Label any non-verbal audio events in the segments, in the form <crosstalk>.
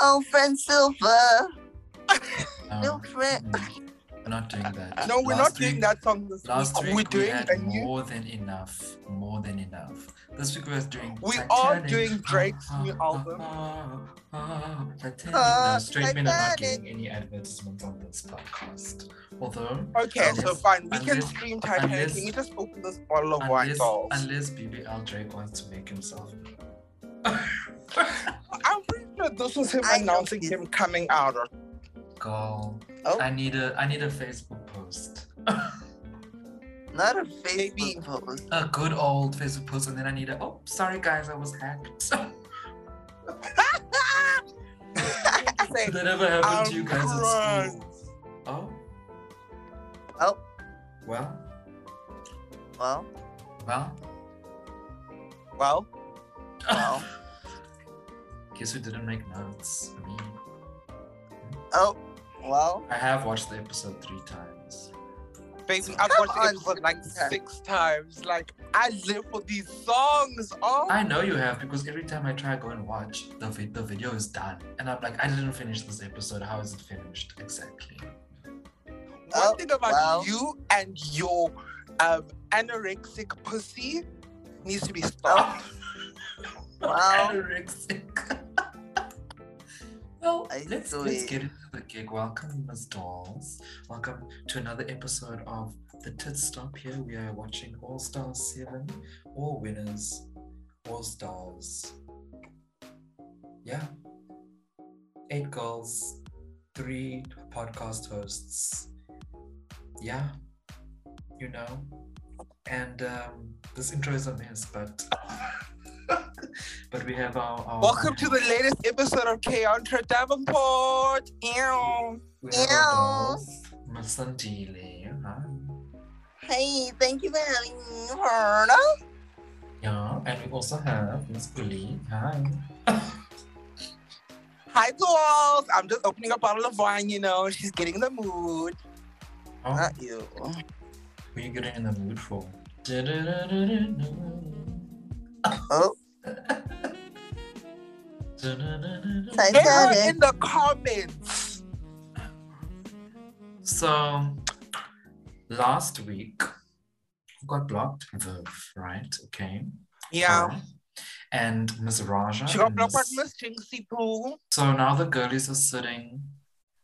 Oh, friend Silver. Uh, No, Little friend. no, Um, mm, we're not doing that. No, we're Last not doing week- that song this Last week. week We're we doing had a new. more than enough. More than enough. This week we're doing. We are Titanic. <laughs> doing Drake's new album. Oh, oh, oh, Titanic. Oh, no, straight men are not Titanic. getting any advertisements on this podcast. Although, Okay, so Unless- fine. We can unless- stream Titanic. unless- Can you just open this bottle of wine, unless, dolls? unless BBL Drake wants to make himself. I'm pretty sure this was him I know announcing this. him coming out. <laughs> <laughs> Or, Girl, Oh. I need a I need a Facebook post. Not a Maybe. Facebook post. a good old Facebook post, and then I need a oh sorry guys I was hacked. <laughs> say, Did that ever happened I'm to you guys at drunk. school? Oh. Oh. Well, Well, well. Well, well. <laughs> Guess who didn't make notes? Me. Oh, well. I have watched the episode three times. <laughs> baby, I've Come watched on, the episode like Susan. six times. Like, I live for these songs. Oh, I know you have because every time I try to go and watch, the, vi- the video is done. And I'm like, I didn't finish this episode. How is it finished? Exactly. one oh, thing about well. you and your um, anorexic pussy needs Oh. to be stopped. Wow. <laughs> Anorexic. well, I let's, saw let's it. get into the gig. Welcome, Ms. Dolls. Welcome to another episode of The Tit Stop here. We are watching All Stars 7, all winners, all stars. Yeah. Eight girls, three podcast hosts. Yeah. You know. And um, this intro is a mess, but <laughs> but we have our, our Welcome to the latest episode of Keontra Davenport. Ew. We have our Ew. dolls, Masandile. huh? Hey, thank you for having me, Verna. Yeah, and we also have Miss Guli. Hi. Hi, dolls. I'm just opening a bottle of wine, you know. She's getting in the mood. Oh, Not you. Mm, who are you getting in the mood for? <laughs> Oh, Error Titanic. in the comments. So last week who got blocked Viv, right? Okay. Yeah. Her. And Miss Raja. She got and blocked by Miss- Miss Jinxie Poo. So now the girlies are sitting,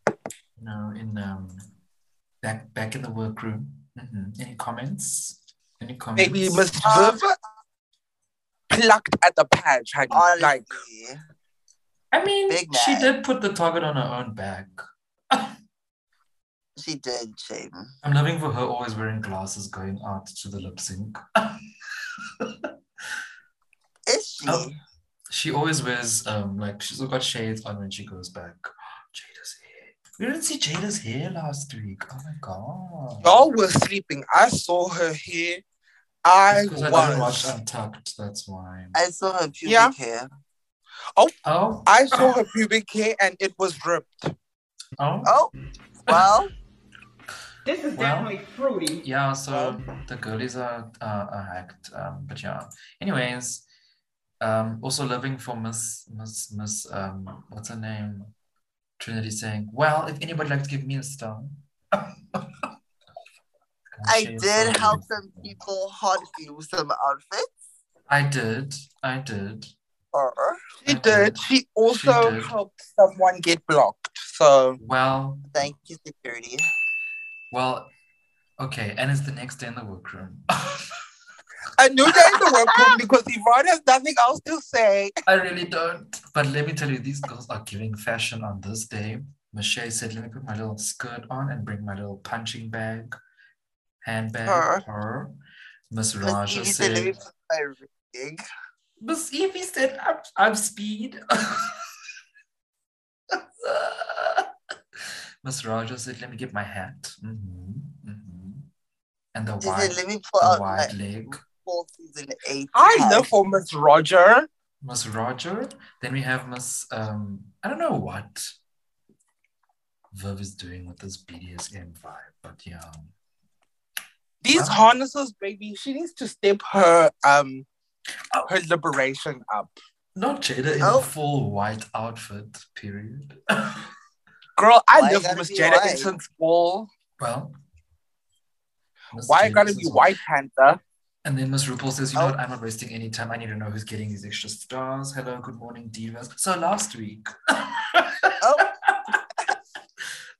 you know, in um back back in the workroom. hmm Any comments? Any comments? Maybe Miss Um, Viv plucked at the patch. honey. Like, Honestly. I mean, Big she man. did put the target on her own back. she did shame. I'm loving for her always wearing glasses going out to the lip sync. Is she? Oh. she always wears um like she's got shades on when she goes back. Jada's hair. We didn't see Jada's hair last week. Oh my god. y'all were sleeping. I saw her hair. I It's 'cause I didn't watch was. Untucked. That's why. I saw her pubic Yeah. hair. Oh, I saw her pubic hair and it was ripped. oh, Oh, <laughs> well. This is Well, definitely fruity. Yeah, so the girlies are, are, are hacked. Um, but yeah. Anyways, um, also living for Miss Miss Miss um what's her name? Trinity saying, Well, if anybody likes to give me a <laughs> stone. I She is did so help beautiful. some people hot glue some outfits. I did. I did. Or She Mhm. did. She also did. helped someone get blocked. So, Well, thank you, security. well, okay, and it's the next day in the workroom. <laughs> a new day in the workroom because Yvonne has nothing else to say. I really don't. But let me tell you, these girls are giving fashion on this day. Michelle said, let me put my little skirt on and bring my little punching bag, handbag, Her. her. Miss Miss Raja Evie said, "Let me said, put my ring." Miss Evie said, I'm, I'm speed. <laughs> Miss Raja said, let me get my hat. hmm hmm And the She wide, said, let me pull the out my wide leg. full season eight. I hat." <laughs> live for Miss Roger. Miss Roger. Then we have Miss um I don't know what Viv is doing with this BDSM vibe, but yeah. These Wow. harnesses, baby, she needs to step her um Oh. her liberation up. Not Jada in Oh. a full white outfit, period. <laughs> Girl, I Why love gotta Miss be Jada white? Inson's ball. well, Miss Why I Jada gotta says be what- White Panther? And then Miss RuPaul says, You know Oh. what? I'm not wasting any time. I need to know who's getting these extra stars. Hello, good morning, divas. So last week, Oh,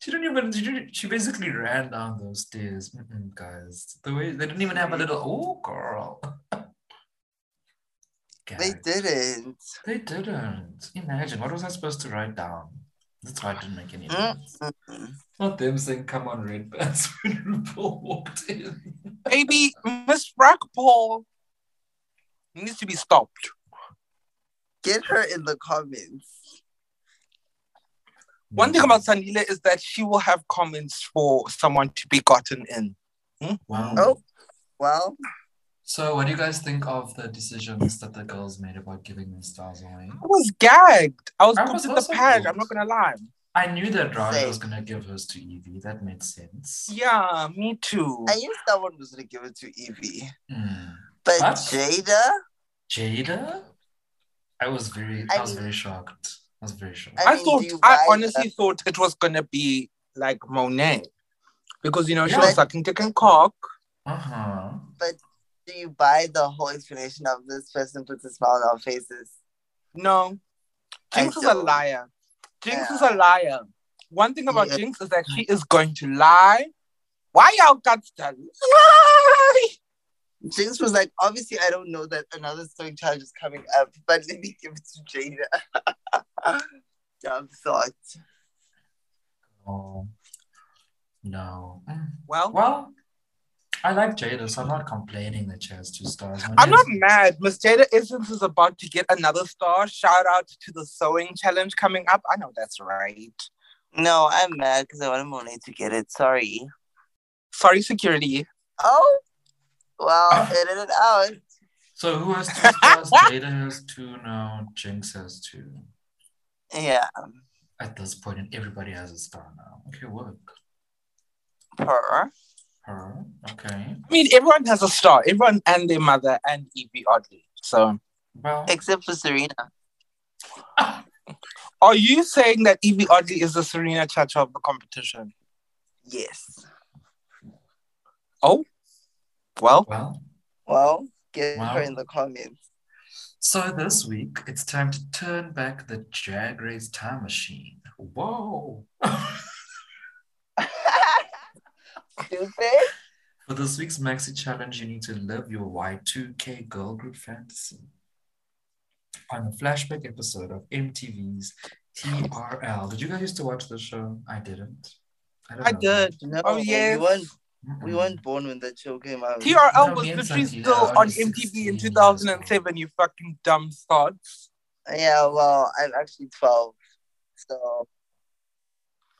she didn't even, she, didn't, she basically ran down those stairs. Mm-mm, guys, the way they didn't even have a little, oh, girl. <laughs> they Gag. didn't. They didn't. Imagine, what was I supposed to write down? That's why it didn't make any Mm. sense. Not them saying, Come on, red pants, <laughs> when RuPaul walked in. Baby, Miss Rockpole needs to be stopped. Get her in the comments. One thing about Sanila is that she will have comments for someone to be gotten in. Wow. Oh. Well, So, what do you guys think of the decisions that the girls made about giving their stars away? I was gagged. I was I put was in the also pad. gagged. I'm not gonna lie. I knew that Raja Same. was gonna give hers to Evie. That made sense. Yeah, me too. I knew someone was gonna give it to Evie, Hmm. but What? Jada. Jada, I was very, I, I was mean- very shocked. I was very shocked. I I mean, thought do you I buy honestly thought it was gonna be like Monet. Because you know, she Yeah. was sucking dick and cock. Uh huh. Do you buy the whole explanation of this person puts a smile on our faces? No. I Jinx is a don't. liar. Jinx Yeah. is a liar. One thing about Yeah. Jinx is that she is going to lie. Why y'all got to lie? Jinx was like, obviously, I don't know that another sewing charge is coming up, but let me give it to Jada. <laughs> Dumb thought. Oh no. Mm. Well, Well, I like Jada, so I'm not complaining that she has two stars. My I'm not name's- mad. Miss Jada Essence is about to get another star. Shout out to the sewing challenge coming up. I know that's right. No, I'm mad because I wanted Monet to get it. Sorry. Sorry, security. Oh, <laughs> well, edit it out. So who has two stars? Jada has two. No, Jinx has two. Yeah, At this point, and everybody has a star now. Okay, work. per. Her. Okay. I mean, everyone has a star. Everyone and their mother and Evie Oddly. So, Well. Except for Serena. are you saying that Evie Oddly is the Serena Chacha of the competition? Yes. Well, Well, Well, get Wow. her in the comments. <laughs> so this week it's time to turn back the Drag Race time machine. Whoa! <laughs> Stupid. For this week's maxi challenge, you need to live your Y2K girl group fantasy on a flashback episode of MTV's TRL. Did you guys used to watch the show? I didn't. don't I know. did. No, Oh, yes. we weren't. Mm-mm. We weren't born when that show came out. TRL No, was me and literally Santi still are on only MTV 16 in years old. 2007, you fucking dumb sods. Yeah, well, I'm actually 12. So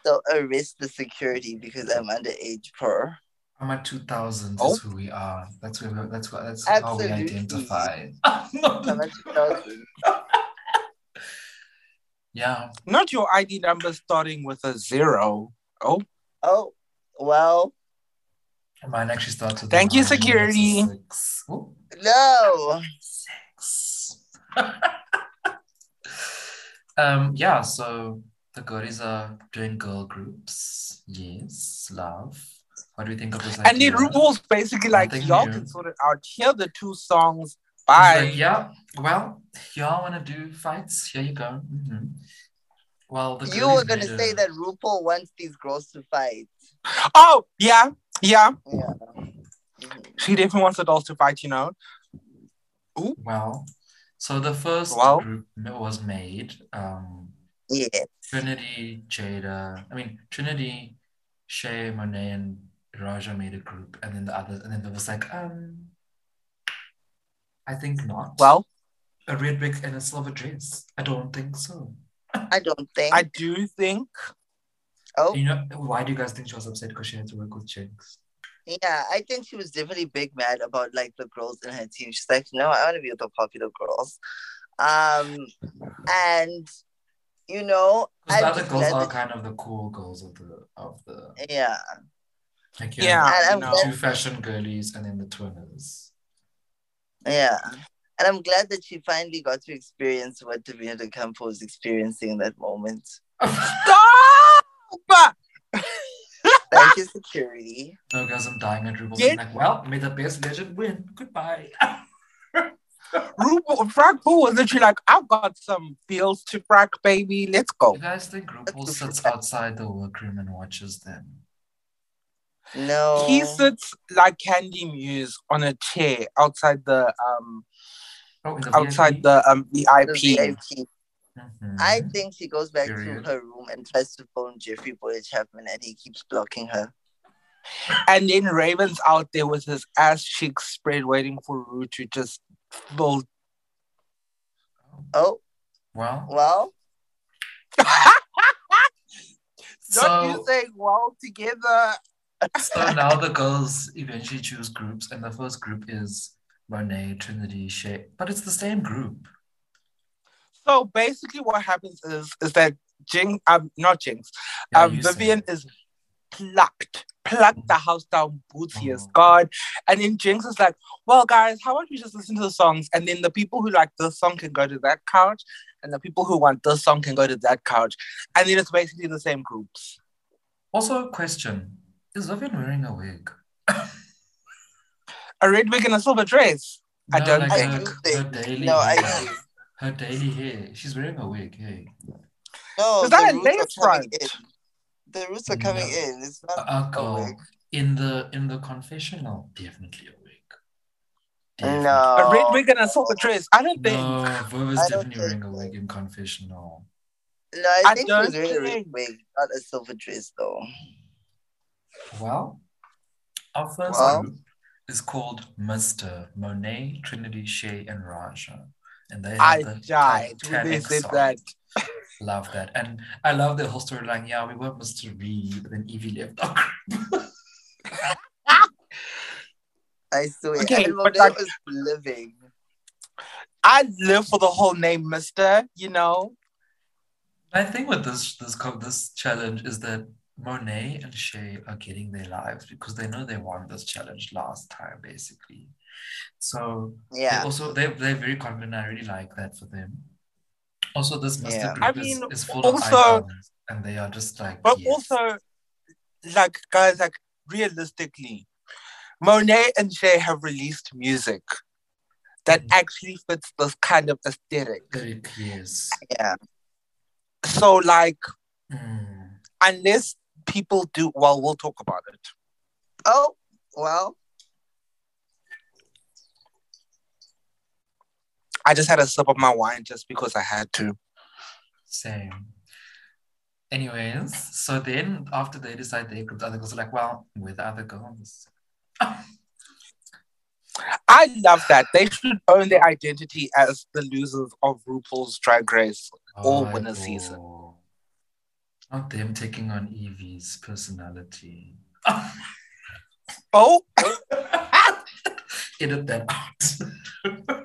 so arrest the security because I'm underage per. I'm a 2000s Oh. is who we are. That's where we, that's what that's how we Absolutely. <laughs> identify. <laughs> I'm a 2000. yeah. Not your ID number starting with a zero. Oh, Oh, well, Mine actually starts with a Thank you, nine, and it's a security. six. Oh, no. six. <laughs> um, yeah, so the goodies are doing girl groups. Yes, love. What do we think of this? and then idea? RuPaul's basically like, Nothing y'all new. can sort it out. Here are the two songs. He's Bye. like, yeah, well, y'all want to do fights? Here you go. Mhm. Well, the You girlies were going made to a- say that RuPaul wants these girls to fight. Oh, yeah, yeah. Yeah. Mhm. She definitely wants adults to fight, you know. Well, so the first Well. group ma- was made. Um, Yeah. Trinity, Jada, I mean Trinity, Shay, Monet, and Raja made a group, and then the others, and then there was like, um, I think not. Well, a red wig and a silver dress. I don't think so. I don't think. I do think oh, You know why do you guys think she was upset? Because she had to work with chicks. yeah. I think she was definitely big mad about like the girls in her team. She's like, no, I want to be with the popular girls. Um, and you know, Because the I'm other just girls glad are that- kind of the cool girls of the of the yeah. like Yeah, yeah, And you I'm know. glad two fashion girlies and then the twinners. Yeah. And I'm glad that she finally got to experience what Davina de Campo was experiencing in that moment. Stop! Thank you, security. <laughs> No, guys, I'm dying. And RuPaul's Yes. like, well, may the best legend win. Goodbye. RuPaul, Frank Pooh was literally like, I've got some bills to frack, baby. Let's Oh. go. You guys think RuPaul sits outside the workroom and watches them? No. Oh. He sits like Candy Muse on a chair outside the um Oh, in the outside the um the VIP. VIP. Mhm. I think she goes back Period. to her room and tries to phone Jeffrey Boyer Chapman and he keeps blocking her. And then Raven's out there with his ass cheeks spread, waiting for Ru to just full. <laughs> Oh, Well, well, Don't so, you say well together? so now the girls eventually choose groups, and the first group is Renee, Trinity, Shay, but it's the same group. So basically, what happens is is that Jinx, um, not Jinx, Yeah, um, you say. Vivian is plucked, plucked the house down, booty as Mhm. God. And then Jinx is like, well, guys, how about we just listen to the songs? And then the people who like this song can go to that couch, and the people who want this song can go to that couch. And then it's basically the same groups. Also, a question Is Vivian wearing a wig? A red wig and a silver dress. I don't like think- her, her daily no, I hair. do. Her daily hair. She's wearing a wig. Hey. <laughs> No, Is that the a roots are lace coming front? in. The roots are coming No. in. It's not Uh, a wig. in the in the confessional, definitely a wig. Definitely. No. A red wig and a silver dress. I don't think. No, Verve is I don't definitely wearing think a so. wig in confessional. No, I I think she was don't wearing a red think- wig, not a silver dress though. Well, our first Wow. group is called Mr. Monet, Trinity, Shay, and Raja. And they have I the died when they Titanic said song. that. Love that. And I love the whole storyline. Yeah, we were Mr. V, but then Evie left <laughs> our group. I swear. Okay, and but Monet like- was living. I live for the whole name, Mister. You know, My thing with this this co- this challenge is that Monet and Shay are getting their lives because they know they won this challenge last time, basically. So they Yeah. also they they're very confident. I really like that for them. Also, this Mr. Yeah. Group I is, mean, is full of also- icons, and they are just like but yes. also, like guys, like realistically, Monet and Shay have released music that Mhm. actually fits this kind of aesthetic. Very- yes. Yeah. So, like, Mm. unless people do, well, we'll talk about it. Oh, well, I just had a sip of my wine just because I had to. Same. Anyways, so then after they decide they group, the other girls are like, well, with the other girls. I love that they should own their identity as the losers of RuPaul's Drag Race. All I winner season. know. oh Not them taking on Evie's <laughs> personality. <laughs> Oh, Edit that out.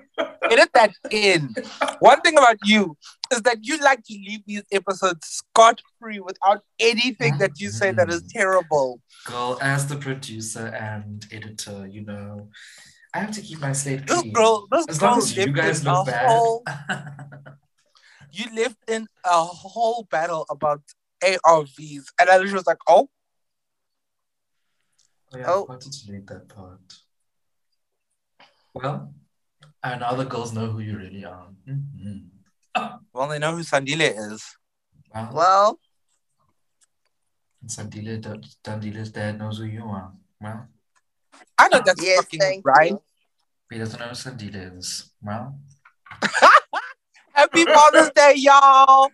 <laughs> edit that in. One thing about you is that you like to leave these episodes scot free without anything that you say that is Mm. terrible. Girl, as the producer and editor, you know, I have to keep my slate This clean. girl, this as girl long as you lived guys in a look bad. <laughs> Oh, whole. You lived in a whole battle about ARVs, and I was like, "Oh, Oh, yeah, Oh. I wanted to read that part. Well, and now the girls know who you really are. Mhm. well, they know who Sandile is." Wow. well, And Sandile, Dun- Dundile's dad knows who you are. Well, I Ah, know that's yes, fucking thank right. you. he doesn't know who Sandile is. Well, Happy <laughs> Father's Day, y'all!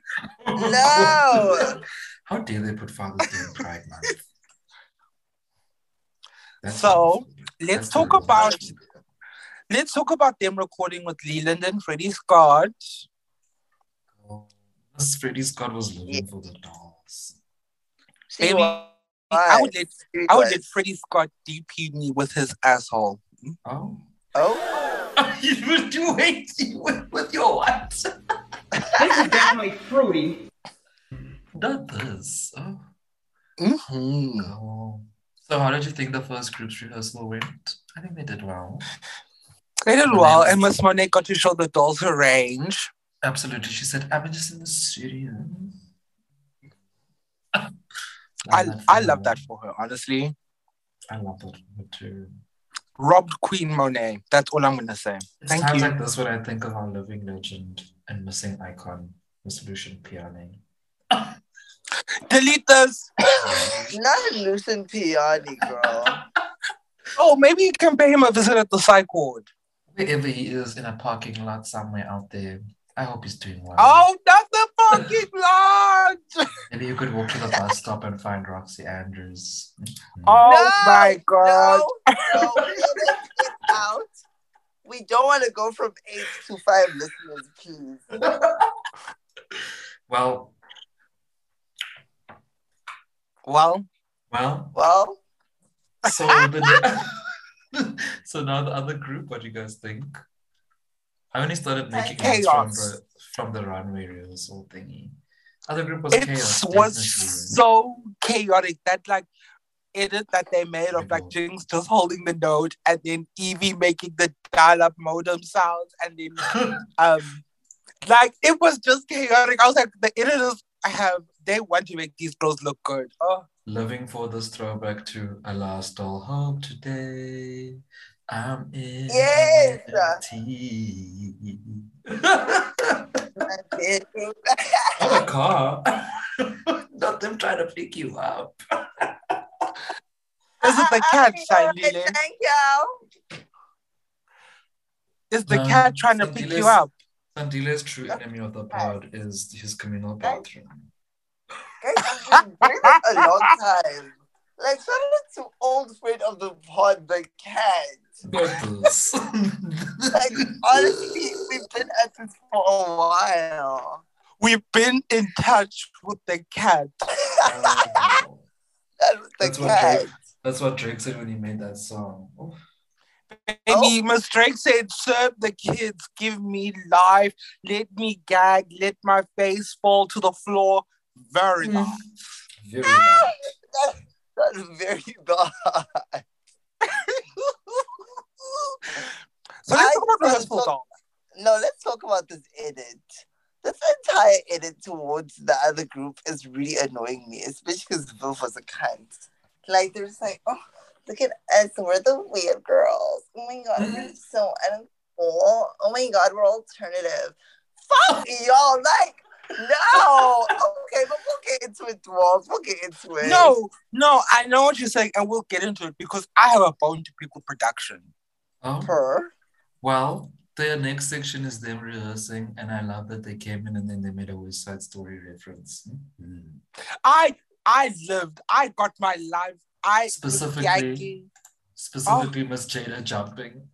No. <laughs> How dare they put Father's Day in Pride <laughs> Month? That's So, homophobic. Let's That's talk homophobic. about let's talk about them recording with Leland and Freddie Scott. Miss Freddie Scott was living for the dolls. She Baby, was. I would let She I would was. let Freddie Scott DP me with his asshole. Oh, <laughs> Oh, you were doing you went with your what? This is definitely fruity. Not this. Oh. hmm Cool. So, how did you think the first group's rehearsal went? I think they did well. They did And well, then- and Miss Monet got to show the dolls her range. Absolutely. She said, I'm just in the studio. I, love I that love that one. for her, honestly. I love that one too. Robbed Queen Monet. That's all I'm gonna say. It's Thank times you. like this when I think of our living legend and missing icon, Miss Lucian Piani. Delete this. Not Lucian Piani, <laughs> girl. Oh, maybe you can pay him a visit at the psych ward. Wherever he is in a parking lot somewhere out there, I hope he's doing well. Oh, not the fucking lodge. Maybe you could walk to the bus stop and find Roxy Andrews. Mhm. <laughs> Oh No, my god. No, no, please get out. We don't want to go from eight to five listeners, please. Well, Well, well. Well, <laughs> So the, <laughs> so now the other group. What do you guys think? I only started making notes from Chaos. the from the runway rehearsal thingy. Other group was it chaos. was definitely. so chaotic that like edit that they made of Terrible. like Jinx just holding the note and then Evie making the dial-up modem sounds and then <laughs> um like it was just chaotic. I was like, the editors have they want to make these girls look good. Oh, Living for this throwback to I lost all hope today. I'm in Yes. <laughs> tea. my bedroom. Not a <laughs> car. Not them trying to pick you up. is it the cat, Sandile? Thank you. Is the Um, cat trying to pick you Sandile's- up? Sandile's true enemy of the pod is his communal bathroom. Guys, I've been doing this a long time. Like, shout out to old friend of the pod, the cat. Goodness. <laughs> Oh. Like, honestly, we've been at this for a while. We've been in touch with the cat. Oh, That was the That's what cat. Drake- that's what Drake said when he made that song. Oh, Any mistake said, serve the kids, give me life, let me gag, let my face fall to the floor. Very Mm. nice. very bad. That- That's very <laughs> bad. So let's I talk about think rehearsal so- song. No, let's talk about this edit. This entire edit towards the other group is really annoying me, especially because Viv was a cunt. Like, they're just like, oh, look at us. We're the weird girls. Oh my God, Mm-hmm. we're so uncool. Oh my God, we're alternative. Fuck y'all. Like, no. Okay, but we'll get into it, Dwarves. We'll get into it. No, no, I know what you're saying, and we'll get into it because I have a bone to pick with production. Ah! Oh. Per. Well, the next section is them rehearsing, and I love that they came in and then they made a West Side Story reference. Hmm. Mhm. I I lived, I got my life. I was Specifically- gagging. Specifically, Miss Jada jumping.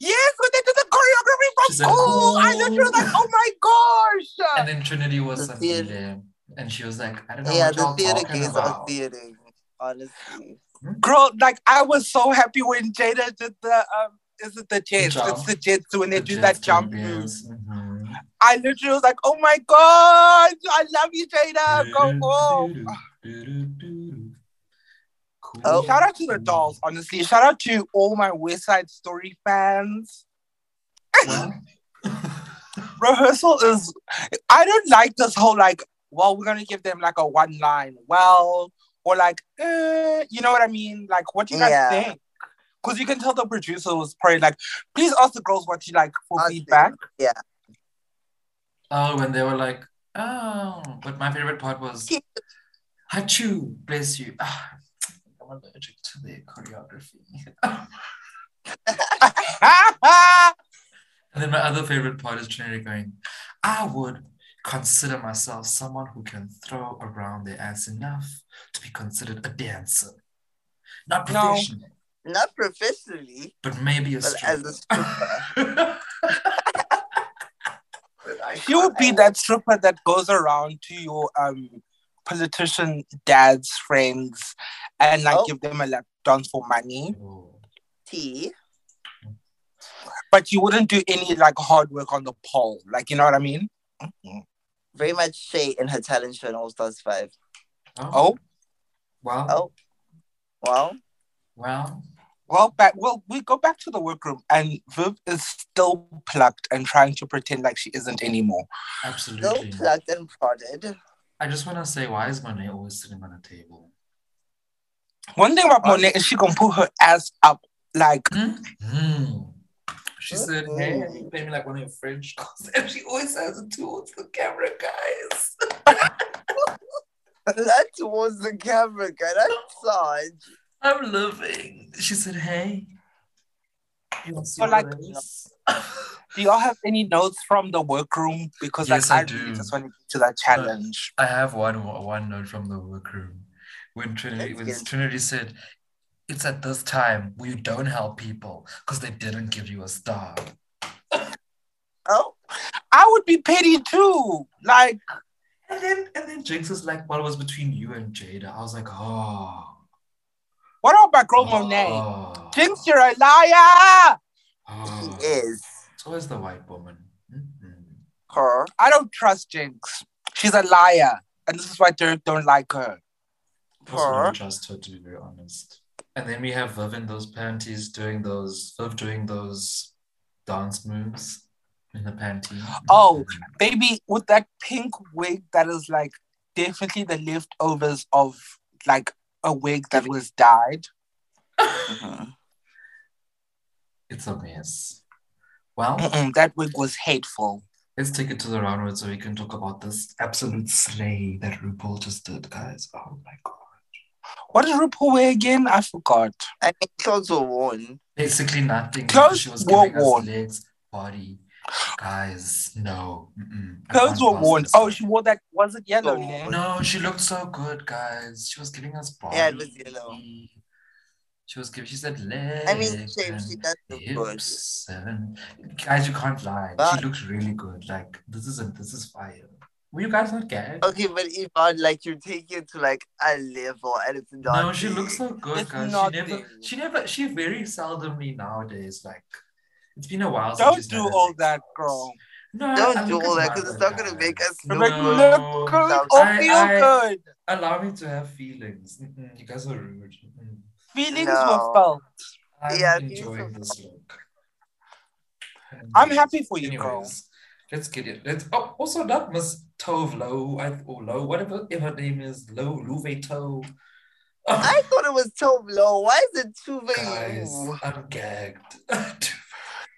Yes, when they did the choreography She from said, school, I literally was like, "Cool." oh my gosh. And then Trinity was The suddenly theater- there, and she was like, I don't know Yeah, what the y'all theater talking gays are about. theater, honestly. girl, like I was so happy when Jada did the um, is it the jets? jump. It's the jets when they The do jets that jump doing move. this. Mhm. I literally was like, oh my god, I love you, Jada. Go home. Cool. Oh. Shout out to the dolls, honestly. Shout out to all my West Side Story fans. Well, Rehearsal is, I don't like this whole like, well, we're gonna give them like a one line, well, or like, eh, you know what I mean? Like, what do you guys Yeah. think? Because you can tell the producer was probably like, please ask the girls what you like for Ask them. feedback. oh, when they were like, oh, but my favorite part was, Hachu, bless you. Ah, I'm allergic to the choreography. <laughs> And then my other favorite part is Trinity going, I would consider myself someone who can throw around their ass enough to be considered a dancer. Not No. professional, Not professionally, but maybe a but as <laughs> stripper. a stripper. <laughs> <laughs> She would be that stripper that goes around to your um politician dad's friends and like Oh. give them a lap dance for money. Oh, T. But you wouldn't do any like hard work on the pole. Like you know what I mean? Very much Shay in her talent show in All Stars 5. oh, Oh, well, Oh. Wow. well, Well, back. Well, we go back to the workroom, and Viv is still plucked and trying to pretend like she isn't anymore. Still Absolutely. plugged and prodded. <laughs> I just want to say, why is Monet always sitting on the table? One thing about Monet is she gonna put her ass up like Mm. She said, Mm-hmm. hey, Mm-mm. you pay me like one of your French <laughs> calls. And she always has it towards the camera, guys. <laughs> That was the camera guy. That's Sarge. I'm loving. She said, hey. You want to see Or like- what it is?" <laughs> Do y'all have any notes from the workroom? Because Yes, I like I, do. really just want to get to that challenge. I have one one note from the workroom when Trinity Let's was get- Trinity said, "It's at this time we don't help people because they didn't give you a star." Oh, I would be pity too. Like And then and then Jinx is like, "What was between you and Jada?" I was like, "Oh, what about my girl Monet? oh, Jinx, you're a liar. he oh." is. It's always the white woman. Mhm. Her. I don't trust Jinx. She's a liar, and this is why Derek don't like her. Also, Her. don't trust her to be very honest. And then we have Viv in those panties doing those Viv doing those dance moves in the panty. Oh. Mhm. Baby, with that pink wig that is like definitely the leftovers of like a wig that was dyed. It's a mess. Well, Mm-mm, that wig was hateful. let's take it to the roundwood so we can talk about this absolute slay that RuPaul just did, guys. Oh my god. What did RuPaul wear again? I forgot. I mean, clothes were worn. Basically nothing. Clothes she was were giving us worn. legs, body. Guys, no. Mm-mm. I Clothes can't were pass worn. this Oh, up. she wore that. Was it yellow? Oh. yeah? No, she looked so good, guys. She was giving us body. Yeah, it was yellow. She was giving. She said legs. I mean, shame she does look good. hips and guys, you can't lie. But- She looks really good. Like this isn't. This is fire. Were you guys not gagged? Okay, but Yvonne, like you're taking it to like a level and it's not. No, she looks so good, It's guys. She not never, there. she never, she very seldomly nowadays. Like, it's been a while. since Don't she's do done a all sex that, house. girl. No, I- Don't I do look all at that because it's mother, not gonna make guys. us You're look like, good. look good or I- feel I- good. Allow me to have feelings. Mm-mm, you guys are rude. Mm-mm. Feelings No. were felt. I'm Yeah, these enjoying are- this look. I'm happy for you, girl. Anyways, let's get it. Let's oh, also that Miss Tove Low, I or Low, whatever if her name is Low Louve Tove. Oh, I thought it was Tove Lo. Why is it too guys, low? I'm gagged. <laughs>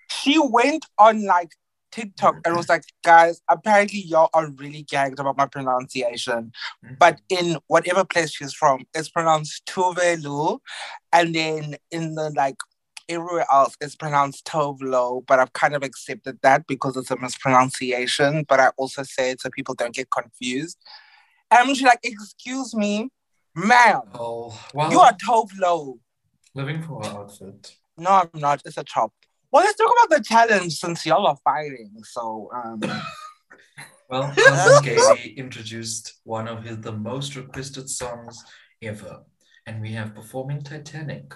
She went on like TikTok and was like, guys, apparently y'all are really gagged about my pronunciation. But in whatever place she's from, it's pronounced Tuvelu. And then in the like everywhere else, it's pronounced Tovlo. But I've kind of accepted that because it's a mispronunciation. But I also say it so people don't get confused. And she's like, excuse me, ma'am, oh well you are Tovlo. living for her outfit. No, I'm not. It's a chop. Well, let's talk about the challenge since y'all are fighting. So, um, <laughs> Well, Cousin Gaby introduced one of his the most requested songs ever, and we have performing Titanic.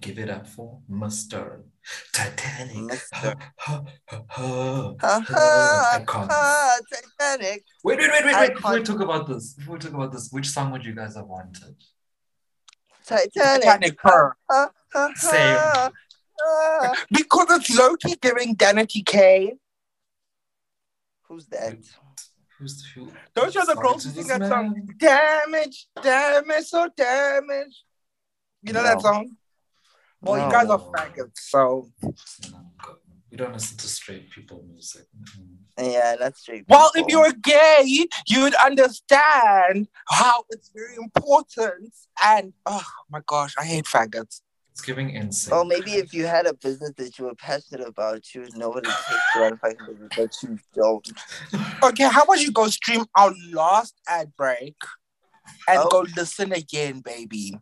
Give it up for Mr. Titanic. Mr.. <laughs> Ha ha Icon. ha! Titanic. Wait, wait, wait, wait, wait. Before we Icon. talk about this, before we talk about this, which song would you guys have wanted? Titanic. Titanic, her. Ha, ha, ha, Same. ha. Because it's low key giving Danity K. Who's that? Who's who? Those are the Sorry girls to who sing this that song. man. Damage, damage, so damage. You know that No. song? Well, you guys are faggots, so. No, oh God. We don't listen to straight people music. Mm-hmm. Mm-mm. Yeah, that's true. Well, if you were gay, you'd understand how it's very important. And oh my gosh, I hate faggots. It's giving insane. Well, Oh, maybe if you had a business that you were passionate about, you would know what it takes to run a fucking business, but you don't. Okay, how about you go stream our last ad break and Oh. go listen again, baby?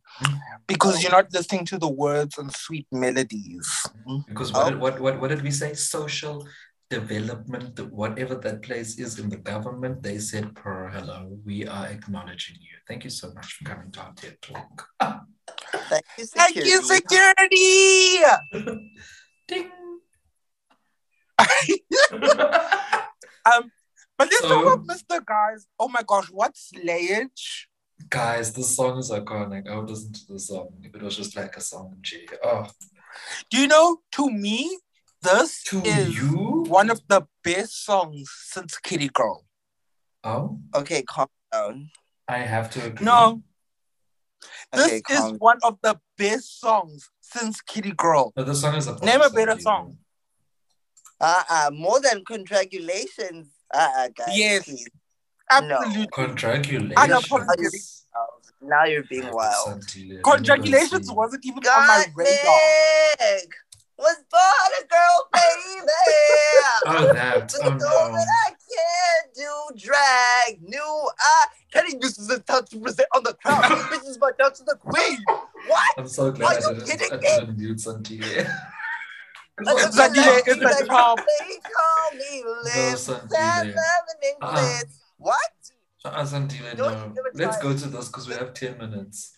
Because you're not listening to the words and sweet melodies. Because what, Oh. did, what, what, what did we say? Social development, whatever that place is in the government, they said, per hello, we are acknowledging you. Thank you so much for coming to our TED Talk. <laughs> Thank you, Thank security. you, security! Ding! <laughs> Um, but let's So- talk about Mr. Guys. Oh my gosh, what slayage? Guys, this song is iconic. I would listen to this song if it was just like a song G. Oh, Do you know, to me, this to is you? one of the best songs since Kitty Girl. Oh, Okay, calm down. I have to agree. No, this Okay, is calm one of the best songs since Kitty Girl. But the song is a pop Name a song, better you song. know. Uh uh more than congratulations. Uh uh guys. Yes. please. Absolutely. Congratulations. Unapologetic. Now you're being Happy wild. Sunday, Congratulations Liberty. wasn't even on Oh, my God radar. Nick was born a girl, baby. <laughs> Oh, that. But Oh, the girl no. that I can't do drag, new I Kenny this is the time to present on the crown. <laughs> this is my dance to the queen. What? I'm so glad Are I you didn't, I kidding didn't mute Santile. It's that delay, it's that calm. They call me Liv, Sunday. Sam, Lemon, and Uh-huh. Ah. Glitz. What? Santile, Don't Uh, no. give it Let's time. go to this because we have 10 minutes.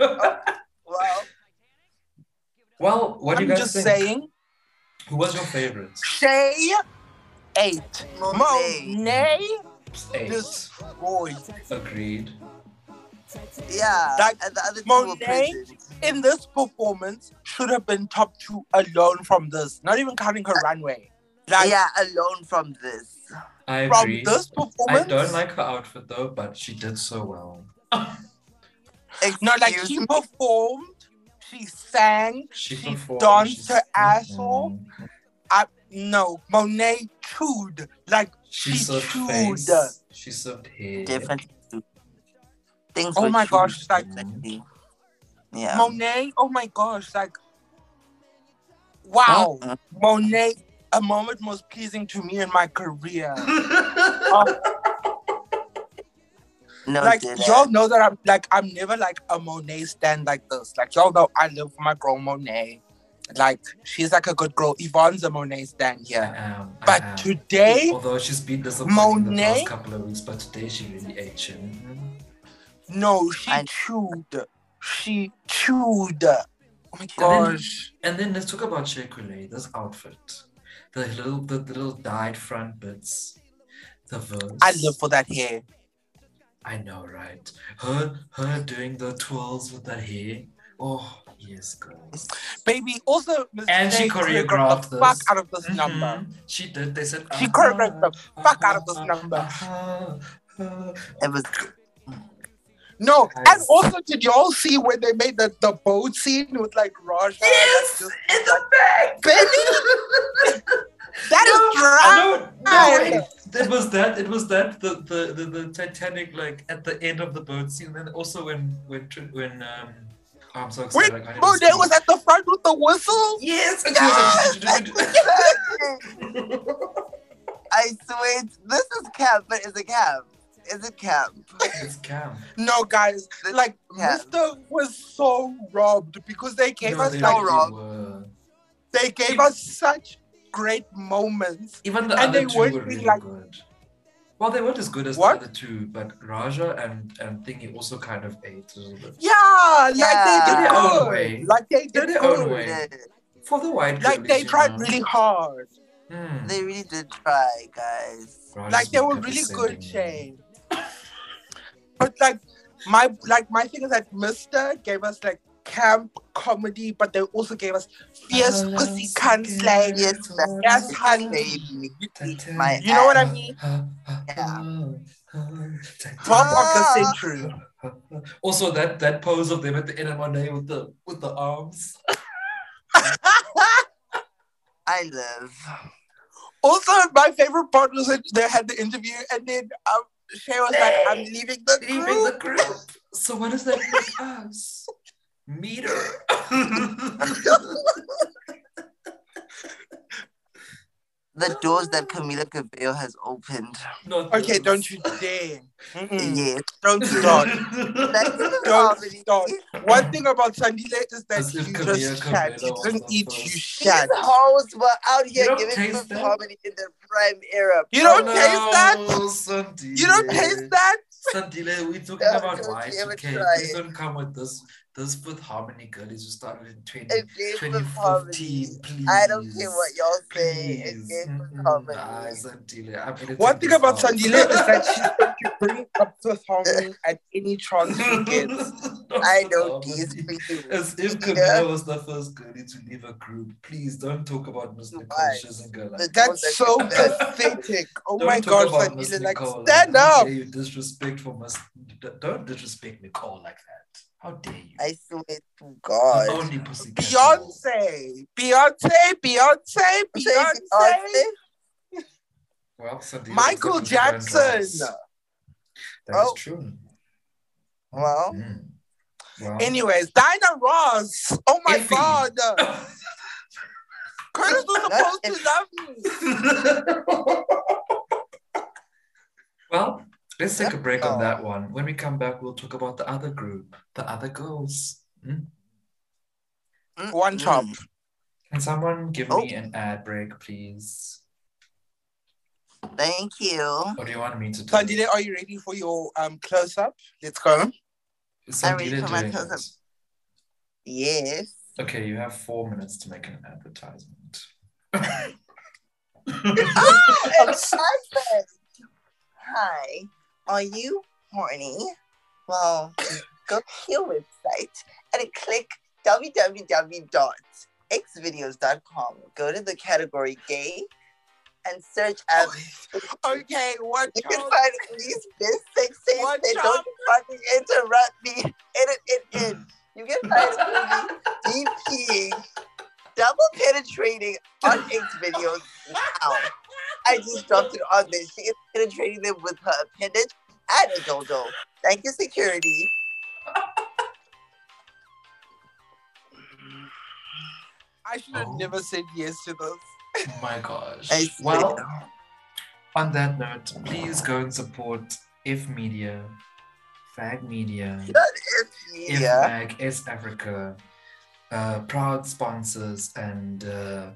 <laughs> Well, well, what do I'm you guys just think? saying. Who was your favorite? Shay 8. Monet. Monet Eight. destroyed. Agreed. Yeah. Like, and the other two were Monet? present. In this performance, should have been top two alone from this, not even counting her runway. Like, yeah, alone from this. I from agree. this I performance, don't like her outfit though, but she did so well. no, like Excuse she me? performed, she sang, She, She performed. she's- danced her ass off. Mhm. No, Monet chewed. Like She, She served chewed. face. She served hair. Definitely. Things Oh were my true. gosh, like- Exactly. Yeah. Monet, oh my gosh, like wow. Uh-uh. Monet, a moment most pleasing to me in my career. no, like did y'all know that I'm like I'm never like a Monet stand like this. Like y'all know I live for my girl Monet. Like she's like a good girl. Yvonne's a Monet stand I here. am. I But am. today, Although she's been disappointing the Monet? past couple of weeks, but today she really ate shit. Mhm. no, she I- chewed. She chewed. Oh my then- gosh. And then let's talk about Shea Coulee, this outfit. The little the, the little dyed front bits. The verse. I live for that hair. I know, right? Her her doing the twirls with that hair. Oh yes, girl. Baby, also Miss And she J choreographed the fuck this. out of this number. Mhm. She did. They said She choreographed the fuck out of this number. it was No, Guys. and also did y'all see when they made the, the boat scene with like Raj? Yes, in the back. That is drama. No, no, wait. It was that. It was that. The, the the the Titanic like at the end of the boat scene, and also when when Tr- when um. Oh, I'm so excited. I can't even Monet speak. was at the front with the whistle. Yes. and she was like- I swear this is camp, but is it camp? Is it camp? it's camp. No, guys, like Yeah. Mr. was so robbed because they gave No, us they like really wrong. were. they gave us such great moments. Even the And other they two weren't were being really like- good. Well, they weren't as good as What? the other two, but Raja and and Thingy also kind of ate a little bit. Yeah, like they Yeah. did In their own good. way. Like they In did their own good. way. They, For the white Like girlies, they you tried know. really hard. Hmm. they really did try, guys. Raja's like they been were really good condescending. Shane. but like my like my thing is that Mister gave us like camp comedy, but they also gave us fierce Hello, pussy cunt skin. slang. Yes, that- Yes, honey. baby. Titanic. My You know what I ass. mean? Drop Yeah. of the century. Also, that that pose of them at the end of Monet with the with the arms. I live. Also, my favorite part was that they had the interview and then um Shay was like, I'm leaving the Leaving group. the group. So what does that make us? Meter. <laughs> The doors that Camila Cabello has opened. Not Okay, this. don't you dare. Mm-mm. Yes. <laughs> <laughs> Don't start. That's the Don't comedy. start. One thing about Sandile is that As you if just Camila shat. You Cabello didn't was the eat, you first. These shat. hoes were out You here don't giving taste food that? comedy in their prime era. You don't Bro, taste that? that? You don't taste that? Sandile, we're talking Yeah, about don't you why ever okay. try Please it. don't come with this Those Fifth Harmony girlies who started in 20, It gave me comedy. 2015. Please. I don't care what y'all say. It Please. gave me Mm-mm. comedy. Ah, Sandile, I'm gonna One take thing this about out. Sandile <laughs> is that she thinks you bring up Fifth Harmony at any <laughs> chance she gets. I Fifth know Harmony. these people. As if Yeah. Camila was the first girlie to leave a group, please don't talk about Miss Nicole. Why? She doesn't go like The That's so Don't pathetic. Oh Don't my talk god, about Miss Sandile, like Nicole. stand How up. dare you disrespectful Miss? d- Don't disrespect Nicole like that. How dare you? I swear to the God. only pussy Beyonce, Beyonce, Beyonce, Beyonce, Well, Sandile Michael is definitely Jackson. dangerous. That is Oh. true. Oh. Well. Mm. Well. Anyways, Dinah Ross. Oh my Iffy. god. <laughs> Curtis was supposed to love me. <laughs> well, let's take a break Oh. on that one. When we come back, we'll talk about the other group, the other girls. Mm. One chop. Can someone give Oh. me an ad break, please? Thank you. Or do you want me to do it? Sandile, are you ready for your um close up? Let's go. Is I'm ready Sandile for my doing close-up. it? Yes. Okay, you have four minutes to make an advertisement. <laughs> I said, Hi, are you horny? Well, go to your website and click www.xvideos.com. Go to the category gay and search as Okay, one you can chop. find these best sex tapes. Watch They out. don't fucking interrupt me. Edit it in. You can find the movie DPing, double penetrating on X videos now. I just dropped it on there. She is penetrating them with her appendage and a dildo. Thank you, security. I should have Oh. never said yes to this. Oh my gosh. I see. Well, on that note, please go and support If Media, Fag Media, That is If media. Fag S Africa, uh, proud sponsors and uh,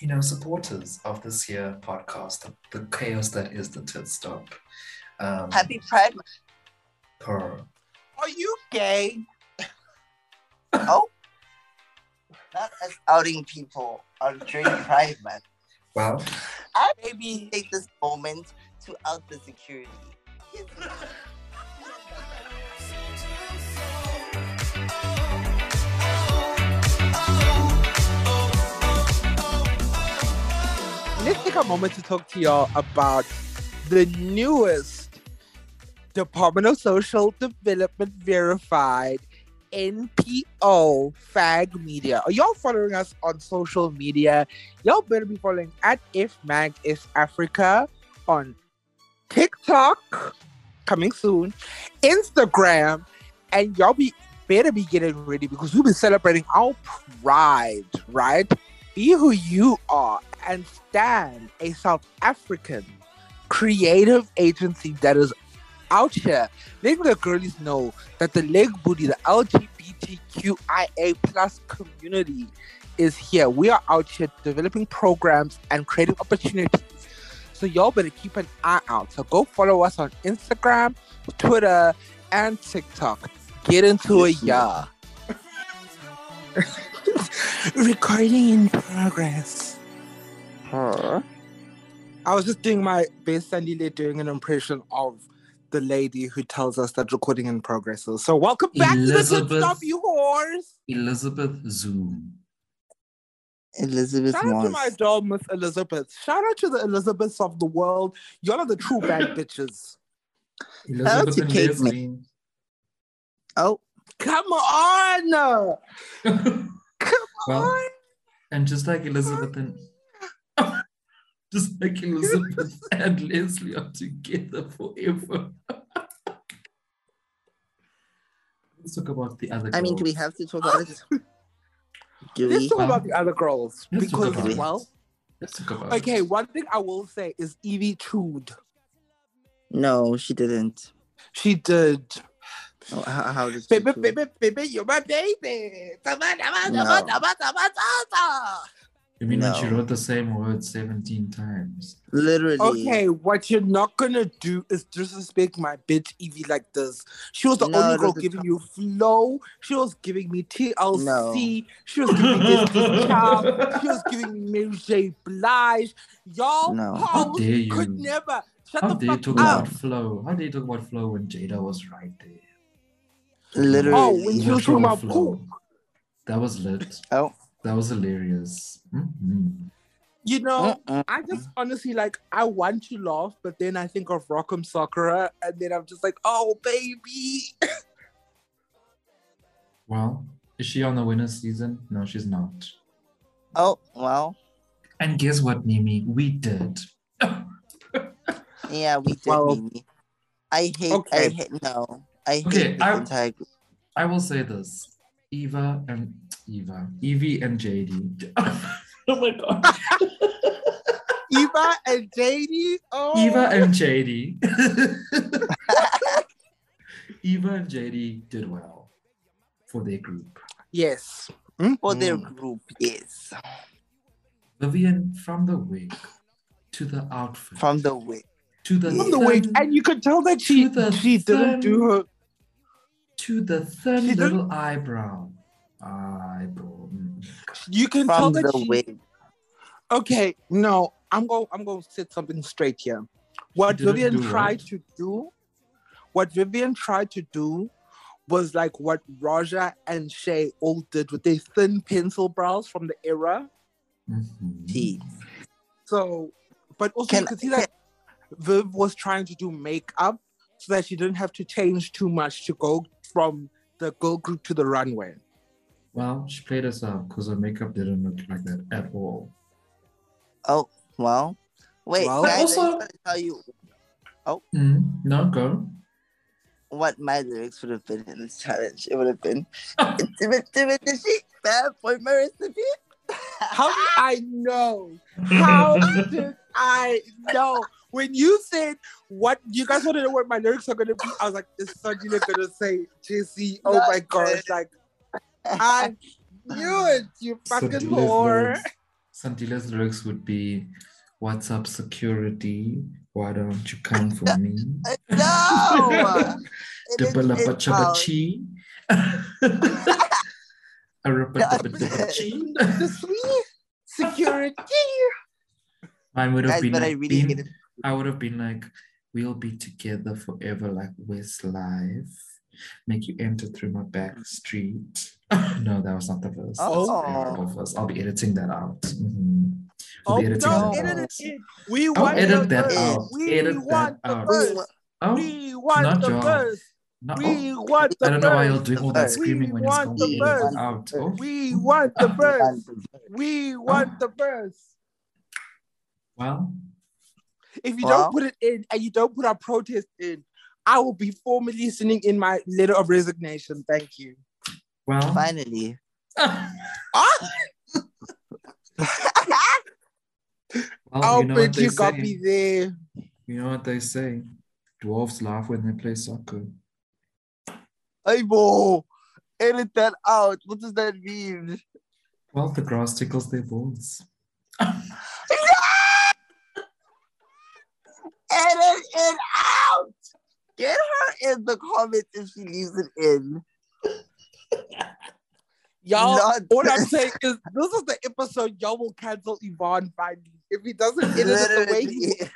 you know supporters of this here podcast, the, the chaos that is the Tit Stop. Um, Happy Pride Month. per. Are you <laughs> gay? Oh. Not us outing people on during Pride Month. Well, Baby. Take this moment to out the security. Here's the- Let's take a moment to talk to y'all about the newest Department of Social Development verified NPO Fag Media. Are y'all following us on social media? Y'all better be following at FMAG is Africa on TikTok, coming soon, Instagram, and y'all be better be getting ready because we've been celebrating our pride, right? Be who you are and stand a South African creative agency that is out here letting the girlies know that the leg booty, the LGBTQIA plus community is here. We are out here developing programs and creating opportunities. So y'all better keep an eye out. So go follow us on Instagram, Twitter, and TikTok. Get into it, y'all. <laughs> Recording in progress. I was just doing my best, Sandile, doing an impression of the lady who tells us that recording in progress is. So welcome back to the Elizabeth. Good Stuff, you whores. Elizabeth Zoom. Elizabeth Shout out to Moss. my doll, Miss Elizabeth. Shout out to the Elizabeths of the world. Y'all are the true bad bitches. out Elizabeth to and Kate Leslie. oh, Come on. <laughs> Come well, on. and just like Elizabeth and <laughs> just like Elizabeth and Leslie are together forever. <laughs> Let's talk about the other. I mean, girls. do we have to talk about <laughs> it? Do Let's we? talk Well, about the other girls. Let's talk Because, about it. well, Let's talk about okay, It. one thing I will say is Evie chewed. No, she didn't. She did. Oh, how, how did she Baby, do it? baby, baby, you're my baby. Tama, tama, tama, No. tama, tama, tama. You mean that she No. wrote the same word <laughs> 17 times? Literally. Okay, what you're not gonna do is disrespect my bitch Evie like this. She was the No, only girl this is- giving you flow. She was giving me TLC. No. She was giving me this, <laughs> this child. She was giving me Mary J. Blige. Y'all No. How hoes dare you? could never. Shut How the dare you talk fuck about up. flow? How dare you talk about flow when Jada was right there? Literally. Oh, when she was Literal talking about flow. poop. That was lit. Oh. That was hilarious. Mhm. You know, Mm-mm. I just honestly like I want to laugh, but then I think of Rock'em Sakura, and then I'm just like, oh baby. <laughs> Well, is she on the winner season? No, she's not. Oh, well. And guess what, Mimi? We did. Yeah, we did, Well, Mimi. I hate, okay. I hate, no. I hate Okay, this I- entire group. I will say this: Eva and Eva, Evie and JD. <laughs> oh my god! Eva and JD. Oh Eva and JD. <laughs> Eva and JD did well for their group. yes. For Hmm. their Mm. group, yes. Vivian from the wig to the outfit From the way. to the From the wig, thin- and you could tell that she To the she didn't do her. to the She thin didn't- little eyebrow. Eyebrow. mm. You can tell From that the she. way. Okay, no, I'm going. I'm going to set something straight here. What didn't Vivian do what? tried to do, what Vivian tried to do, was like what Raja and Shay all did with their thin pencil brows from the era. Mhm. Tea. So, but also Can- you could see that Viv was trying to do makeup so that she didn't have to change too much to go from the girl group to the runway. Well, she played us up because her makeup didn't look like that at all. Oh, well. Wait, Well- guys, I Also- just want to tell you Mm, no, go. what my lyrics would have been in this challenge. It would have <laughs> been, <laughs> "Dim it, dim it, the sheep, bad boy, Mary Sophia." How did I know? Mm-hmm. <laughs> How did I know? When you said what you guys want to know what my lyrics are gonna be, I was like, is Sanjina gonna say JC? Oh my gosh, like I knew it, you fucking Santila's whore. lyrics- Santila's lyrics would be, "What's up, security? Why don't you come for me?" <laughs> No! It is- it's out. Dippa-lappa-chappa-chee. <laughs> Arapa-dippa-dippa-chee. This me, <laughs> security. Mine would have Guys, been but I like, really been- hate it. I would have been like, "We'll be together forever, like Westlife. Make you enter through my back Mm. street." <laughs> no, that was not the verse. That's Oh. a terrible verse. I'll be editing that out. Mhm. I'll Oh be editing no, that edit out. it in. We I'll want edit the that verse. out. We edit want that the out. verse. Oh, We want not the y'all. verse. no. We want the I don't know why you're verse. doing all that We screaming when you're want going to edit the that verse. out. Oh. We want <laughs> the verse. We want Ah. the verse. Well, If you Well. don't put it in and you don't put our protest in, I will be formally sending in my letter of resignation. Thank you. well. <laughs> Finally. Ah, well, oh, you know what but they you got say. me there. You know what they say. Dwarves laugh when they play soccer. Hey, boy. Edit that out. What does that mean? Well, the grass tickles their bones. Edit it out. Get her in the comments if she leaves it in. Y'all, Not all <laughs> I'm saying is this is the episode y'all will cancel Yvonne finally. If he doesn't edit it the <laughs> way he literally.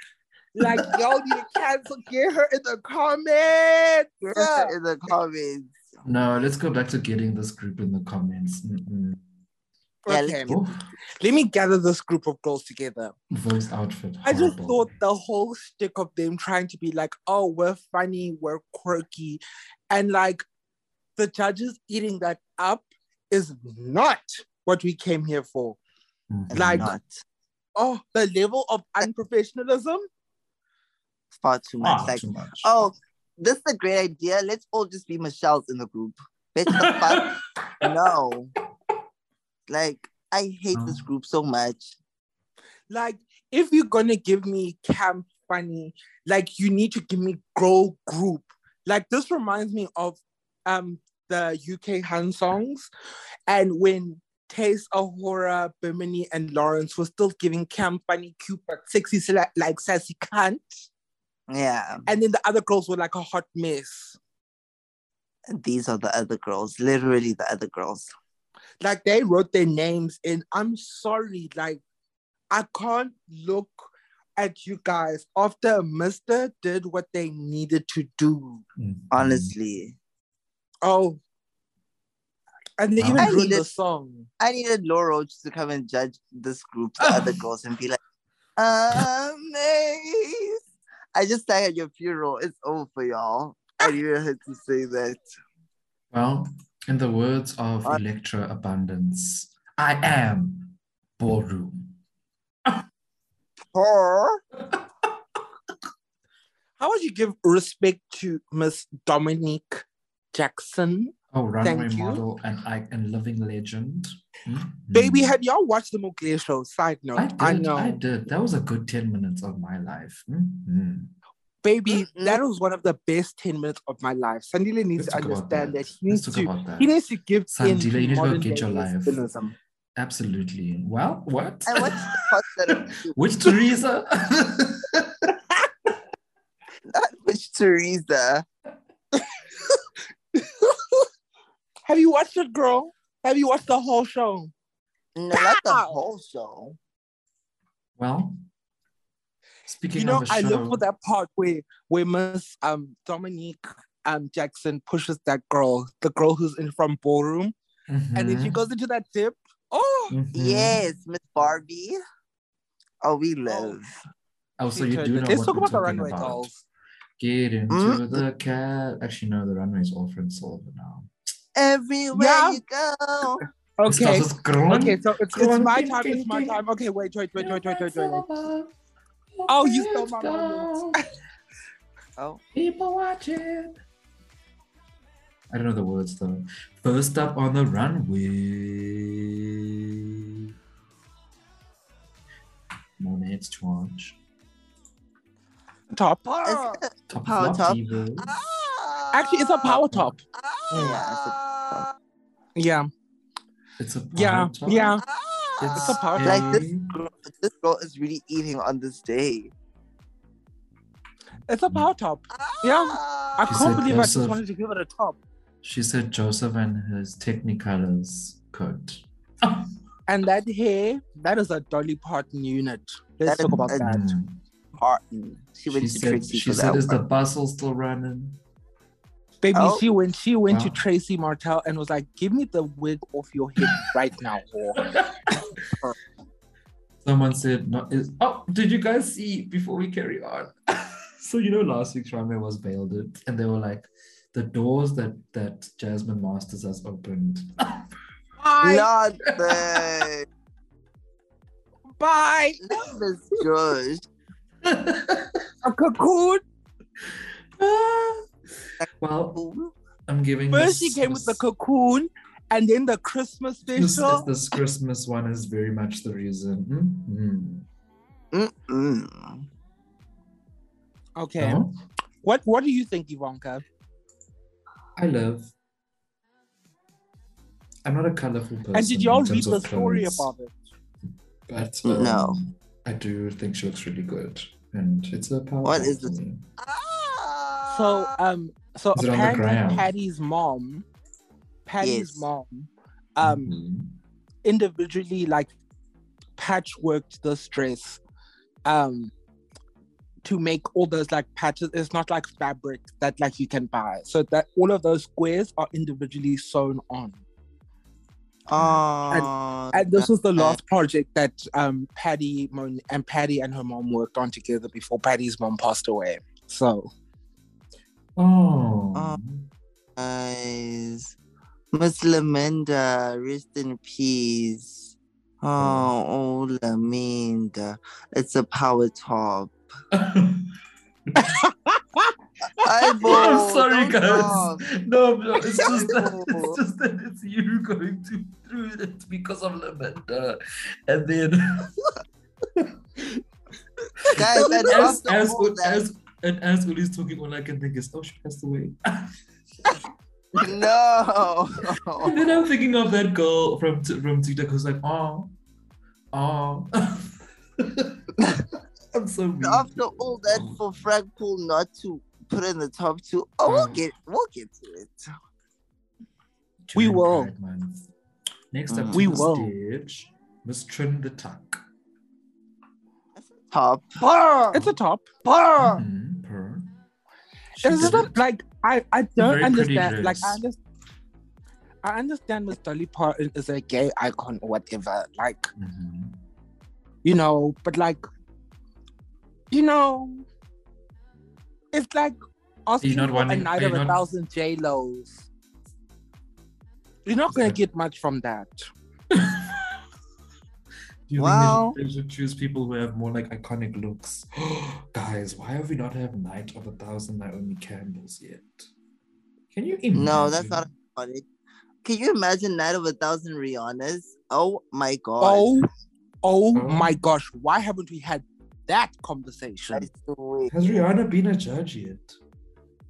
like, y'all need to cancel, get her in the comments. Get her in the comments. No, let's go back to getting this group in the comments. Mm-mm. Yeah, Okay, Oh, let me gather this group of girls together. Vo's outfit. I just horrible. thought the whole stick of them trying to be like, oh, we're funny, we're quirky, and like the judges eating that up is not what we came here for. Mhm. Like- Mm-hmm. not Oh, the level of unprofessionalism. far too much. Ah, like, too much. <laughs> oh, this is a great idea. Let's all just be Michelle's in the group. Bitch, <laughs> the fuck no. Like, I hate this No. group so much. Like, if you're gonna give me camp funny, like you need to give me girl group. Like this reminds me of um the UK Han songs, and when Case Ahura, Bimini, and Lawrence were still giving Cam funny, cute, but sexy, sla- like sassy cunt. Yeah. And then the other girls were like a hot mess. These are the other girls, literally the other girls. Mm-hmm. Like they wrote their names in. I'm sorry, like I can't look at you guys after a Mister did what they needed to do. Mm. Honestly, Oh. And they even I ruined the needed- song. I needed Laura Roach to come and judge this group, the <sighs> other girls, and be like, amazing. I just sang at your funeral. It's over for y'all. Ah. I even had to say that. Well, in the words of Uh, Electra Abundance, I am ballroom. Her? How would you give respect to Miss Dominique Jackson? Oh, runway Thank you. model and I and living legend. Mhm. Baby, had y'all watched the Mowgli show? Side note, I I, did. know. I did. That was a good 10 minutes of my life. Mhm. Baby, Mm-mm. that was one of the best 10 minutes of my life. Sandile Let's needs to talk about understand that. that. he Let's needs talk to about that. he needs to give in Sandile, to you need to go modern get your day life. lesbianism. Absolutely. Well, what? And what's <laughs> the part that I'm <laughs> Which <laughs> Teresa? Which Teresa? Have you watched it, girl? Have you watched the whole show? No, not the Pow! whole show. well, speaking you know, of a I show, look for that part where where Miss um Dominique um Jackson pushes that girl, the girl who's in from ballroom, and then she Mhm. goes into that dip. Oh, Mhm. Yes, Miss Barbie. Oh, we live. Oh, she so you turned do it. know Let's what talk we're about the talking runway Hmm? about. dolls. Get into Mm. the cat. Actually, no, the runway is all Fred Silver now. Everywhere Yeah. you <laughs> go. It starts Okay, with Kron. okay, so it's, Go it's on, my ding, time. It's ding, my ding. time. Okay, wait, wait, wait, wait, wait, wait, wait. wait. Oh, Oh, you stole my moment. Oh, People watching. I don't know the words though. First up on the runway. Monet's to watch. Top. It's- Top Power flop top. divas. Actually, it's a power top. Ah. Yeah, It's a power yeah, top. yeah. It's, It's a power Like a- this girl, this girl is really eating on this day. It's a power top. Yeah. I Yeah. She can't said believe I just Joseph. wanted to give it a top. She said Joseph and his Technicolors coat. And that hair, that is a Dolly Parton unit. Let's That talk is about a- that. Mm. Parton. She went She to said, Trixie she for said that is the one. bustle <laughs> still running? <laughs> Baby, Oh. she went she went to Wow. Tracy Martel and was like, give me the wig off your head right now. whore." Someone said, "Not is." Oh, did you guys see before we carry on? <laughs> so you know, last week's runway was bailed it, and they were like, the doors that that Jasmine Masters has <laughs> opened. <laughs> Bye. Nothing. Bye. Love is good. A cocoon. well, Ooh. I'm giving. First this, she came with the this- cocoon and then the Christmas This, special. this Christmas one is very much the reason. Mhm. Mm. Okay. No? What what do you think, Ivanka? I love. I'm not a colorful person. And did y'all in read terms the of story clothes. about it? But um, No. I do think she looks really good, and it's a power. What play is for this? me. So um so Is it on the apparently gram? Patty's mom, Patty's Yes. mom, um Mhm. individually like patchworked this dress um to make all those like patches it's not like fabric that like you can buy so that all of those squares are individually sewn on Oh, and this was the last project that um patty Mon- and patty and her mom worked on together before patty's mom passed away so Oh. Oh. guys. Miss Laminda, rest in peace. Oh, oh, Laminda. It's a power top. I <laughs> <laughs> I'm sorry, guys. No, no, it's just that No. it's just that it's you going to through it because of Lamenta, and then <laughs> Guys, and as after as <laughs> all that- <laughs> as and as Uli's talking, all I can think is, oh, she passed away. No. Oh. <laughs> And then I'm thinking of that girl from t- from TikTok who's like, oh, oh. <laughs> I'm so mean. After all that, for Frankpool not to put in the top two, oh, we'll Mm. get we'll get to it. We During will. Pride Month. Next up, Mm. to We the will. stage, Miss Trin the Tuck. Top. Oh. Brr, it's a top. Oh. Brr. Mhm, purr. She It's did not it. like I I don't Very pretty understand. Like I dress. understand. I understand Miss Dolly Parton is a gay icon or whatever. Like Mhm. you know, but like, you know, it's like asking not for wanting- a night are of you a not- thousand J Lo's. You're not gonna Sorry. get much from that. Do you Wow. think they should, they should choose people who have more like iconic looks? <gasps> Guys, why have we not have Night of a Thousand Naomi Campbells yet? Can you imagine? No, that's not on it. Can you imagine Night of a Thousand Rihannas? Oh my god. Oh, Oh. oh my gosh! Why haven't we had that conversation? That's the way. Has Rihanna been a judge yet?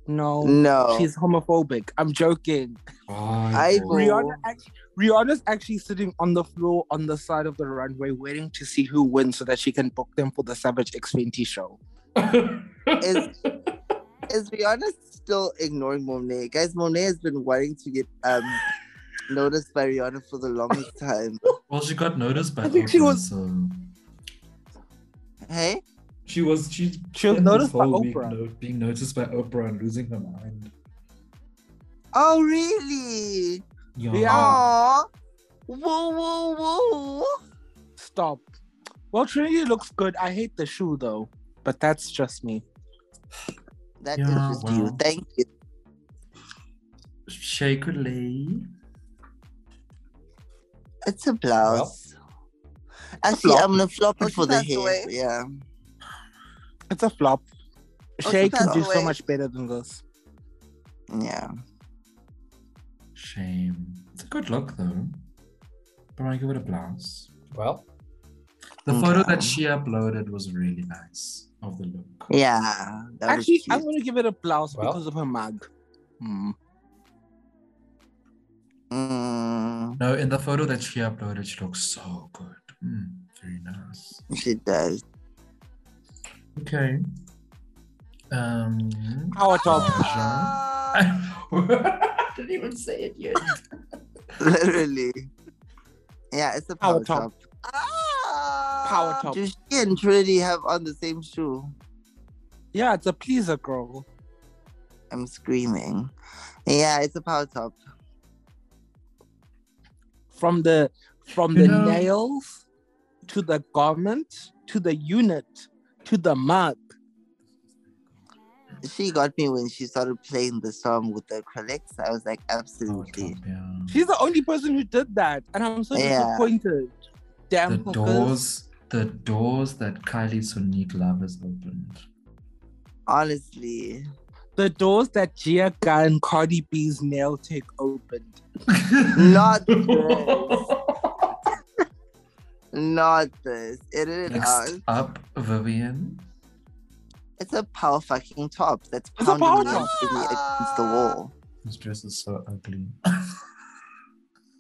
No, No. she's homophobic. I'm joking. I <laughs> Oh. Rihanna actually, Rihanna's actually sitting on the floor on the side of the runway, waiting to see who wins, so that she can book them for the Savage X20 show. Is, is Rihanna still ignoring Monet? Guys, Monet has been wanting to get um noticed by Rihanna for the longest time. well, she got noticed by. I think she Oprah, was- So Hey? she was. She, She spent was this noticed by whole week Oprah. no- being noticed by Oprah and losing her mind. Oh really? Yo. Yeah. Aww. Whoa, whoa, whoa. Stop. Well, Trinity looks good. I hate the shoe though, but that's just me. That Yeah, interests you. well. Thank you. Shake a leg. It's a blouse. Actually, flop. I'm gonna flop Oh, it she for the passed hair. away? Yeah. It's a flop. Oh, Shay she can passed do so away. much better than this. Yeah. Shame. It's a good look though. But I give it a blouse. Well, The photo Okay. that she uploaded was really nice of the look. Yeah. that was Actually, cute. I'm gonna give it a blouse Well. because of her mug. Mm. Mm, No, in the photo that she uploaded, she looks so good. Mm, very nice. she does. Okay. Um. Our top. Jean. Uh, I <laughs> didn't even say it <laughs> yet. <laughs> Literally. Yeah, it's a power, Power top. Ah! top. Power top. Do she and Trinity have on the same shoe? Yeah, it's a pleaser girl. I'm screaming. Yeah, it's a power top. From the from You the know- nails to the garment to the unit to the mug. She got me when she started playing the song with the acrylics. I was like, Oh, absolutely. top, yeah. She's the only person who did that, and I'm so Yeah. disappointed. The Damn hookers. doors, the doors that Kylie Sonique Lovers opened. <laughs> Honestly. the doors that Gia Guy and Cardi B's nail tech opened. <laughs> Not Not this. It is uh, Next up, Vivian. It's a power fucking top that's It's a power pounding me and top. Ah. hitting me against the wall. This dress is so ugly.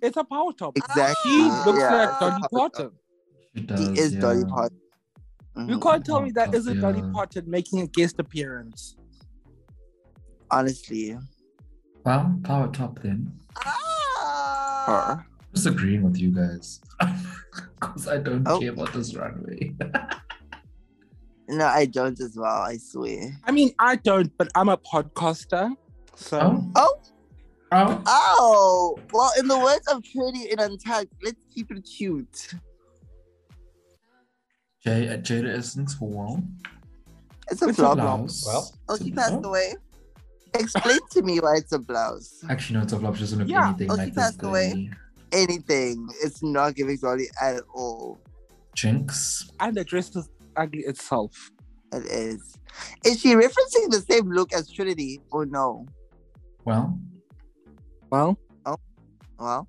It's a power top. Exactly. She looks yeah, like it's a Dolly power top. Parton. She She does. is Dolly yeah. Parton. You Mhm. can't tell me that Mm, Power isn't top, Dolly yeah. Parton making a guest appearance. Honestly. Well, power top then. Her. Just agreeing with you guys. <laughs> Because I don't Oh. care about this runway. No, I don't as well, I swear. I mean, I don't, but I'm a podcaster. So oh. Oh. Oh. Oh, well, in the words of Pretty and Untucked, let's keep it cute. J- uh, Jada Essence for one. It's a It's a flop. blouse. Well. Oh, Oh, she passed away. Explain to me why it's a blouse. Actually, no, it's a blouse. She doesn't look Yeah. anything Oh, she like this. passed away. girly. Anything. It's not giving Dolly at all. Jinx. and the dress is ugly itself. It is. Is she referencing the same look as Trinity or no? Well, Well, Well,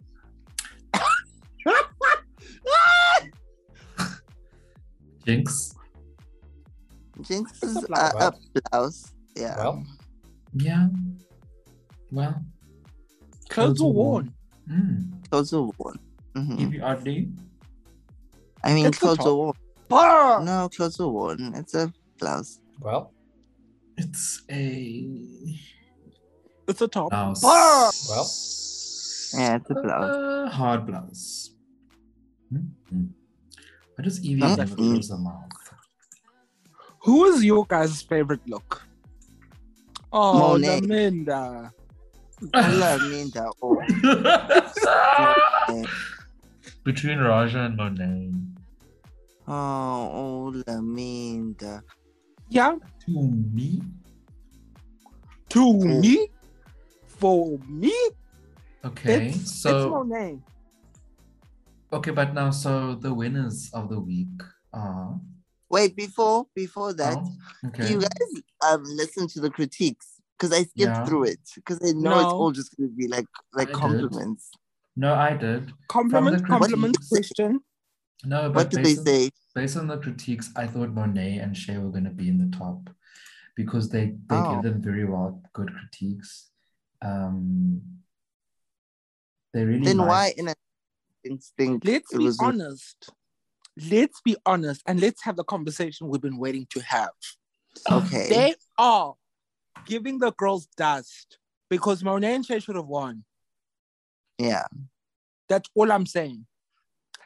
Jinx. Jinx It's a is blouse. a, a blouse. Yeah. well, Yeah. Well, Clothes were worn. Mm. Clothes were worn. Mhm. Evie Oddly. I mean, It's the clothes top. were worn. Bah! No, clothes were worn. It's a blouse. Well, It's a it's a top. blouse. Well. Oh, Yeah, it's a blouse. Uh, hard blouse. Mm-hmm. Why does Evie Huh? never close her mouth? <laughs> Who was your guys' favorite look? Oh, Monet. Laminda. Laminda <laughs> or Between Raja and Monet. oh, oh Laminda. Yeah, To me? to me, for me, Okay, it's, it's so Monet. okay, but now so the winners of the week are Wait, before before that, oh, okay. you guys um listen to the critiques because I skipped Yeah. through it because I know it's No. all just gonna be like like I did. compliments. no, I did. Compliment, the compliment, critiques. question. No, but What did they based on- say? based on the critiques, I thought Monet and Shay were going to be in the top because they they Oh. give them very well good critiques. Um, they really Then like- why in a instinct? Let's it be was a- honest. Let's be honest and let's have the conversation we've been waiting to have. Okay. They are giving the girls dust because Monet and Shay should have won. yeah. That's all I'm saying.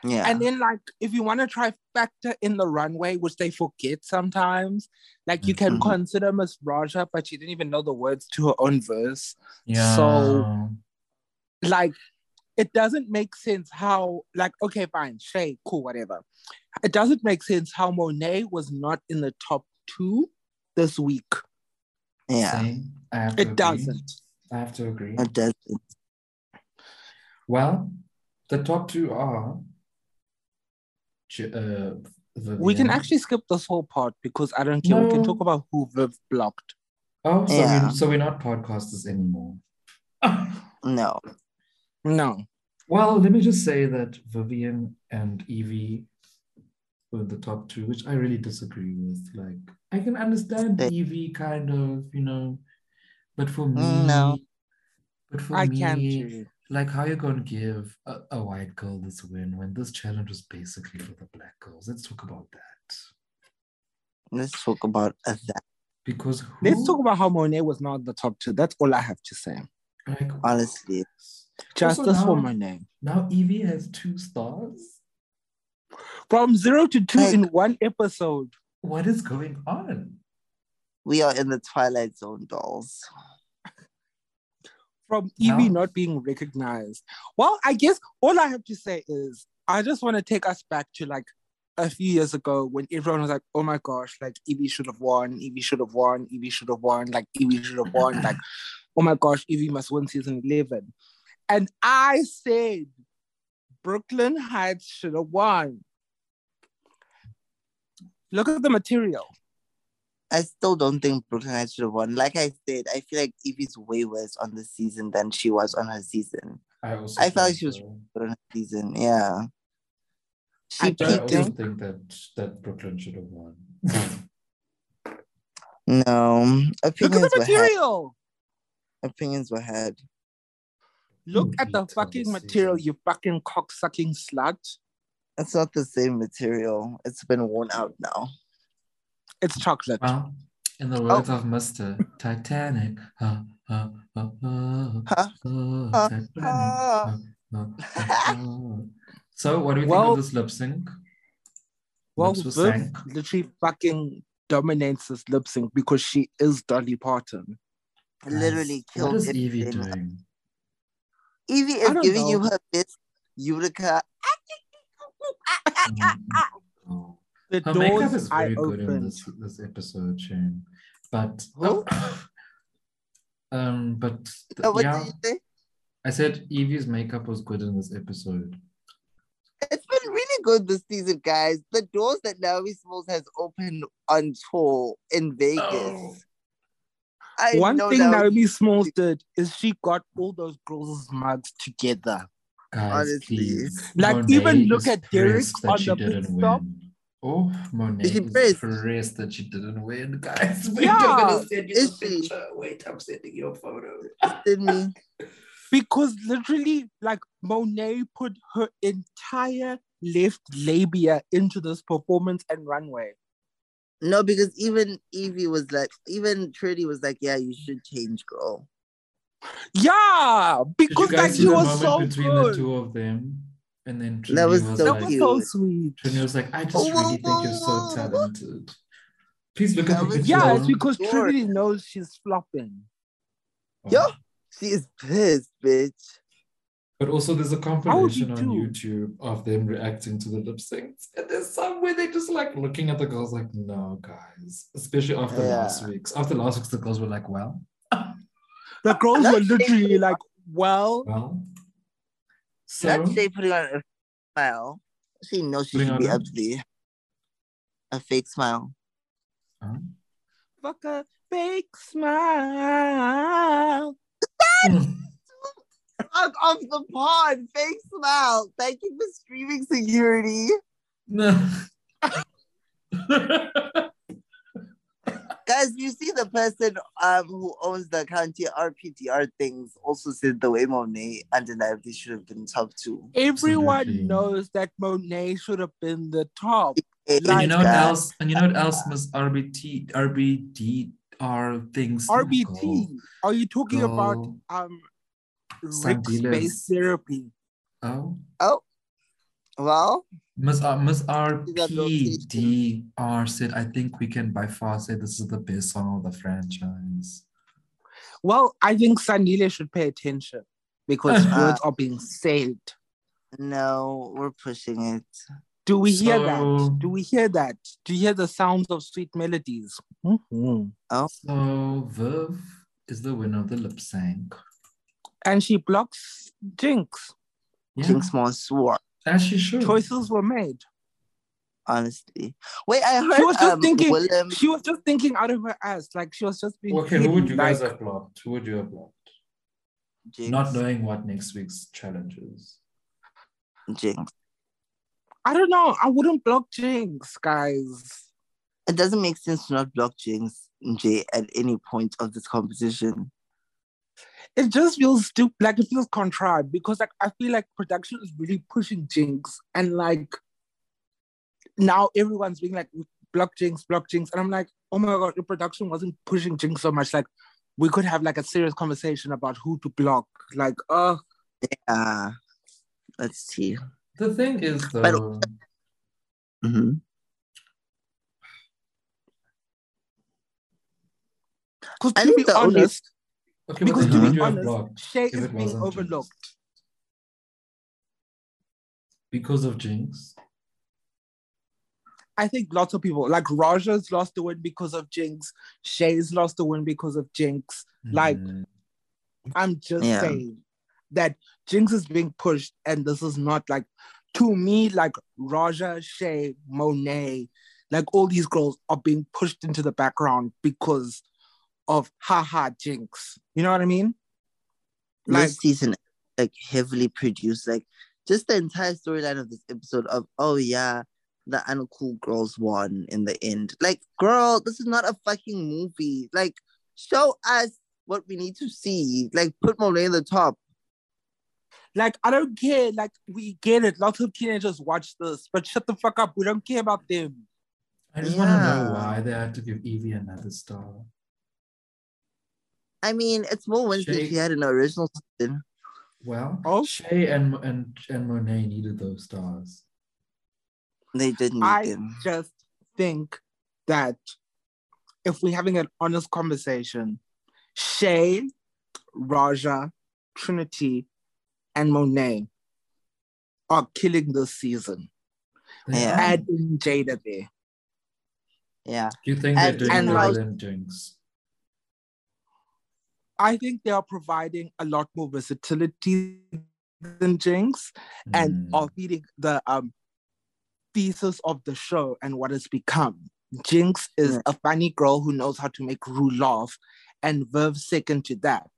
Yeah. And then, like, if you want to try factor in the runway, which they forget sometimes, like you can Mhm. consider Miss Raja, but she didn't even know the words to her own verse. yeah. so- Like, it doesn't make sense how, like, okay, fine, Shay, cool, whatever. It doesn't make sense how Monet was not in the top two this week. yeah. See, I have to It agree. doesn't. I have to agree. It does. Well, the top two are. Ch- Uh, We can Vivian. actually skip this whole part because I don't care. We can No. talk about who Viv blocked. Oh, so, Yeah. we, so we're not podcasters anymore. No. No. Well, let me just say that Vivian and Evie were the top two, which I really disagree with. Like, I can understand Same. Evie kind of, you know, but for me, Mm, no. but for I me, can't do. like, how you gonna give a, a white girl this win when this challenge was basically for the black girls? Let's talk about that. Let's talk about that. Because who, Let's talk about how Monet was not the top two. That's all I have to say. like, Honestly. Justice now- for Monet. now Evie has two stars. From zero to two Like- in one episode. What is going on? We are in the Twilight Zone dolls. From Evie No. not being recognized. Well, I guess all I have to say is I just want to take us back to like a few years ago when everyone was like, oh my gosh, like Evie should have won, Evie should have won, Evie should have won, like Evie should have won, <clears throat> like, oh my gosh, Evie must win season 11. And I said, Brooklyn Heights should have won. Look at the material. I still don't think Brooklyn Heights should have won. Like I said, I feel like Evie's way worse on this season than she was on her season. I also I felt think like she was- so. But on her season, yeah. I She don't But I peaked also in, think- think that that Brooklyn should have won. no Look opinions at the were had. material. Opinions were had. Look at the Indeed, fucking Tennessee. material, you fucking cock sucking slut. It's not the same material. It's been worn out now. It's chocolate. well, in the words of Mister Titanic, huh, huh, huh, huh, Huh? huh, Huh? Titanic, Huh? huh, huh, huh. So, what do you Well- think of this lip sync? Well, Lips were Viv sank. literally fucking dominates this lip sync because she is Dolly Parton. Literally Guys, What killed is Evie everything. doing? Evie I is don't giving know. you her best Utica. Oh. The Her makeup doors is I very good in opened. this this episode, Shane. But Who? <coughs> um, but Oh, what yeah, did you say? I said Evie's makeup was good in this episode. It's been really good this season, guys. The doors that Naomi Smalls has opened on tour in Vegas. Oh. I One know thing Naomi- Naomi Smalls did is she got all those girls' mugs together. Guys, Honestly. please. Like, Monet even look is at Derek pressed that on she the pit didn't stop. win. Oh, Monet Is she is pressed? pressed that she didn't win, <laughs> guys. Yeah, I'm gonna send you is the she? picture. Wait, I'm sending you a photo. Send me. because literally, like Monet put her entire left labia into this performance and runway. No, because even Evie was like, even Trinity was like, yeah, you should change, girl. Yeah, Did you because guys like see he the was moment so between good. the two of them? And then Trini That was so that like, was so sweet. Trini was like, I just Oh, really think you're oh, so oh. talented. Please look at That the was- picture. Yeah, it's because Sure. Trinity knows she's flopping. Oh. Yeah. She is pissed, bitch. But also, there's a you compilation on do? YouTube of them reacting to the lip syncs, and there's some where they just like looking at the girls like, "No, guys," especially after Yeah. last week's. After last week's, the girls were like, "Well, The girls were That's literally like, well, well." So hmm. Not <laughs> today putting on a smile. She knows she Putting should Mm-hmm. be on a- ugly. A fake smile. huh? fuck a fake smile. Fuck off the pod. Fake smile. Thank you for streaming security. no. Guys, you see the person um, who owns the county RPDR things also said the way Monet undeniably should have been top two. Everyone Absolutely. knows that Monet should have been the top. and you know what Guys, else? And you know what else? Miss RBT, RBDR things. RBT. Are you talking about Girl. um Some Rick's space dealers. therapy? Oh. Well, Miss R- Miss got no taste in RPDR said, I think we can by far say this is the best song of the franchise. Well, I think Sandile should pay attention <laughs> because Uh-huh. words are being said. No, we're pushing it. Do we hear that? So- Do we hear that? Do you hear the sounds of sweet melodies? Mhm. So Viv is the winner of the lip sync. And she blocks Jinx. Yeah, Jinx more swore, as she should. Choices were made. honestly. Wait, I heard was just um, thinking- Willem. She was just thinking out of her ass. Like she was just being. Okay, who would you hidden, guys like, have blocked? Who would you have blocked? Jinx, Not knowing what next week's challenge is. Jinx. I don't know. I wouldn't block Jinx, guys. It doesn't make sense to not block Jinx Jay at any point of this competition. It just feels stupid. Like it feels contrived because like I feel like production is really pushing Jinx, and like now everyone's being like block Jinx, block Jinx, and I'm like, oh my god, if production wasn't pushing Jinx so much, like we could have like a serious conversation about who to block. Like, uh, Uh, let's see. The thing is, But- though, hmm because I to think be the only- honest, okay, but because then to who be would you have honest, blocked Shay if is it being wasn't Jinx? overlooked. because of Jinx? I think lots of people like Raja's lost the win because of Jinx. Shay's lost the win because of Jinx. Like- Mm. I'm just Yeah. saying that Jinx is being pushed, and this is not like to me like Raja, Shay, Monet, like all these girls are being pushed into the background because of haha Jinx. You know what I mean? Like this season, like heavily produced, like just the entire storyline of this episode of oh yeah, the uncool girls won in the end. Like, girl, this is not a fucking movie. Like, show us what we need to see. Like, put Monet in the top. Like, I don't care. Like, we get it. Lots of teenagers watch this, but shut the fuck up. We don't care about them. I just want to Yeah. know why they had to give Evie another star. I mean, it's more wins than Shay- she had in the original season. Well, Oh. Shay and and and Monet needed those stars. They didn't. I- them. Just think that if we're having an honest conversation, Shay, Raja, Trinity, and Monet are killing this season. They Yeah. are. Add in Jada there. Yeah. Do you think they're and- doing and better like- than Jinx? I think they are providing a lot more versatility than Jinx. and Mm. are feeding the um thesis of the show and what it's become. Jinx is Yeah. a funny girl who knows how to make Rue laugh, and Verve second to that.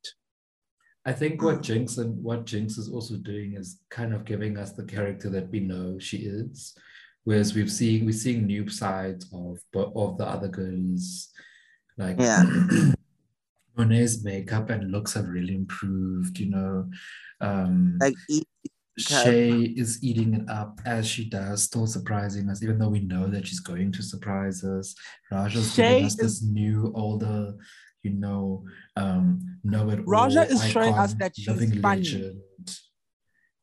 I think what Jinx and what Jinx is also doing is kind of giving us the character that we know she is, whereas we've seen we're seeing <clears throat> new sides of bo- of the other girls, like Yeah. Renee's makeup and looks have really improved, you know. Um, Like, e- okay. Shay is eating it up as she does, still surprising us, even though we know that she's going to surprise us. Raja's Shay giving us is- this new, older, you know, um, know it Raja is showing us that she's funny.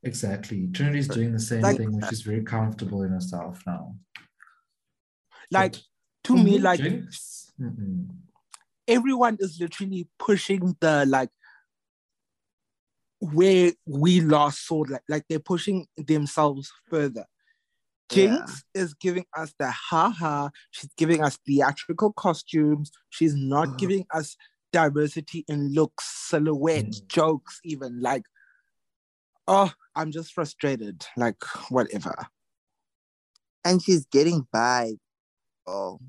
Exactly. Trinity's doing the same Like- thing, which she's very comfortable in herself now. Like But to for me, like drinks? Mm-mm. everyone is literally pushing the like where we last saw like like they're pushing themselves further. Jinx is giving us the haha. She's giving us theatrical costumes. She's <sighs> not Mhm. giving us diversity in looks, silhouette, Mm. jokes, even like. Oh, I'm just frustrated. Like <laughs> whatever. and she's getting by. Oh,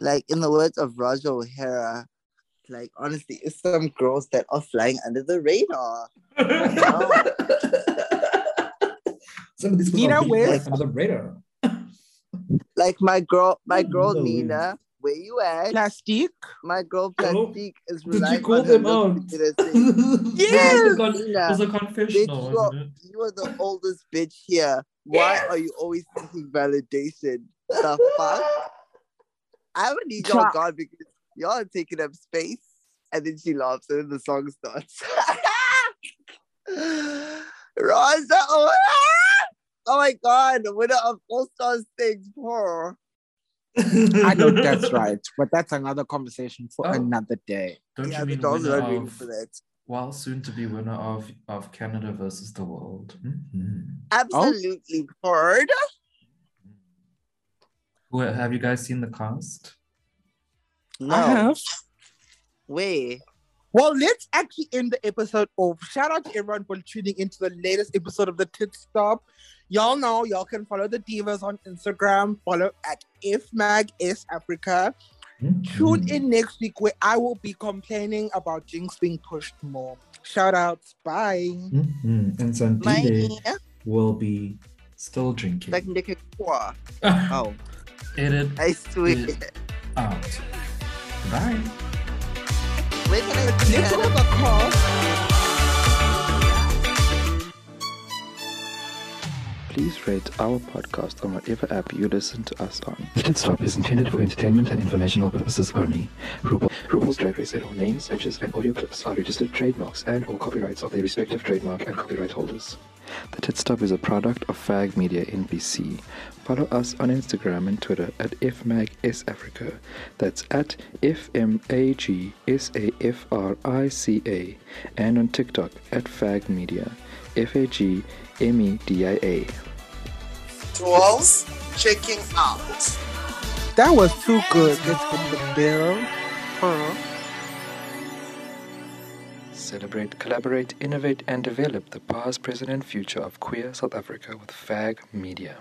like in the words of Roger O'Hara, like honestly, it's some girls that are flying under the radar. Some of these people Nina are really West- flying under the radar. Like my girl, my Mm, girl no. Nina, where you at? Plastic. My girl Hello? Plastique is Did you relying call on her them looks out? to get us <laughs> in. Yes! It was a con- it Nina, was a confessional, Bitch, wasn't it? you are the oldest bitch here. Why Yes. are you always seeking validation? The fuck? I would need y'all Chuck. gone because y'all are taking up space. And then she laughs and then the song starts. <laughs> Rosa, oh, oh my god, the winner of All Stars Things Poor. I know that's right, but that's another conversation for Oh. another day. <laughs> Don't Yeah, you the mean dolls winner are not waiting of, for that. well, soon to be winner of, of Canada versus the world? Mhm. Absolutely poured. Who have you guys seen the cast? No, I have. way. Well, let's actually end the episode off. Shout out to everyone for tuning into the latest episode of the Tit Stop. Y'all know y'all can follow the divas on Instagram. Follow at FMAG S Africa. Mm-hmm. Tune in next week where I will be complaining about Jinx being pushed more. Shout outs. Bye. Mhm. And Santide My will be still drinking. like Nicaragua. Oh, <laughs> Edit I swear. Yeah. out. Bye. Where can I see Nicola that? Bacall. Please rate our podcast on whatever app you listen to us on. Stop is intended for entertainment and informational purposes only. RuPaul, RuPaul's Drag Race and all names, sketches, and audio clips are registered trademarks and or copyrights of their respective trademark and copyright holders. The Tit Stop is a product of FAG Media NBC. Follow us on Instagram and Twitter at FMAGSAfrica. That's at F-M-A-G-S-A-F-R-I-C-A. And on TikTok at FAG Media. E F-A-G-M-E-D-I-A. Dolls checking out. That was too good. Let's hit the bell. Huh. Celebrate, collaborate, innovate, and develop the past, present, and future of queer South Africa with FAG Media.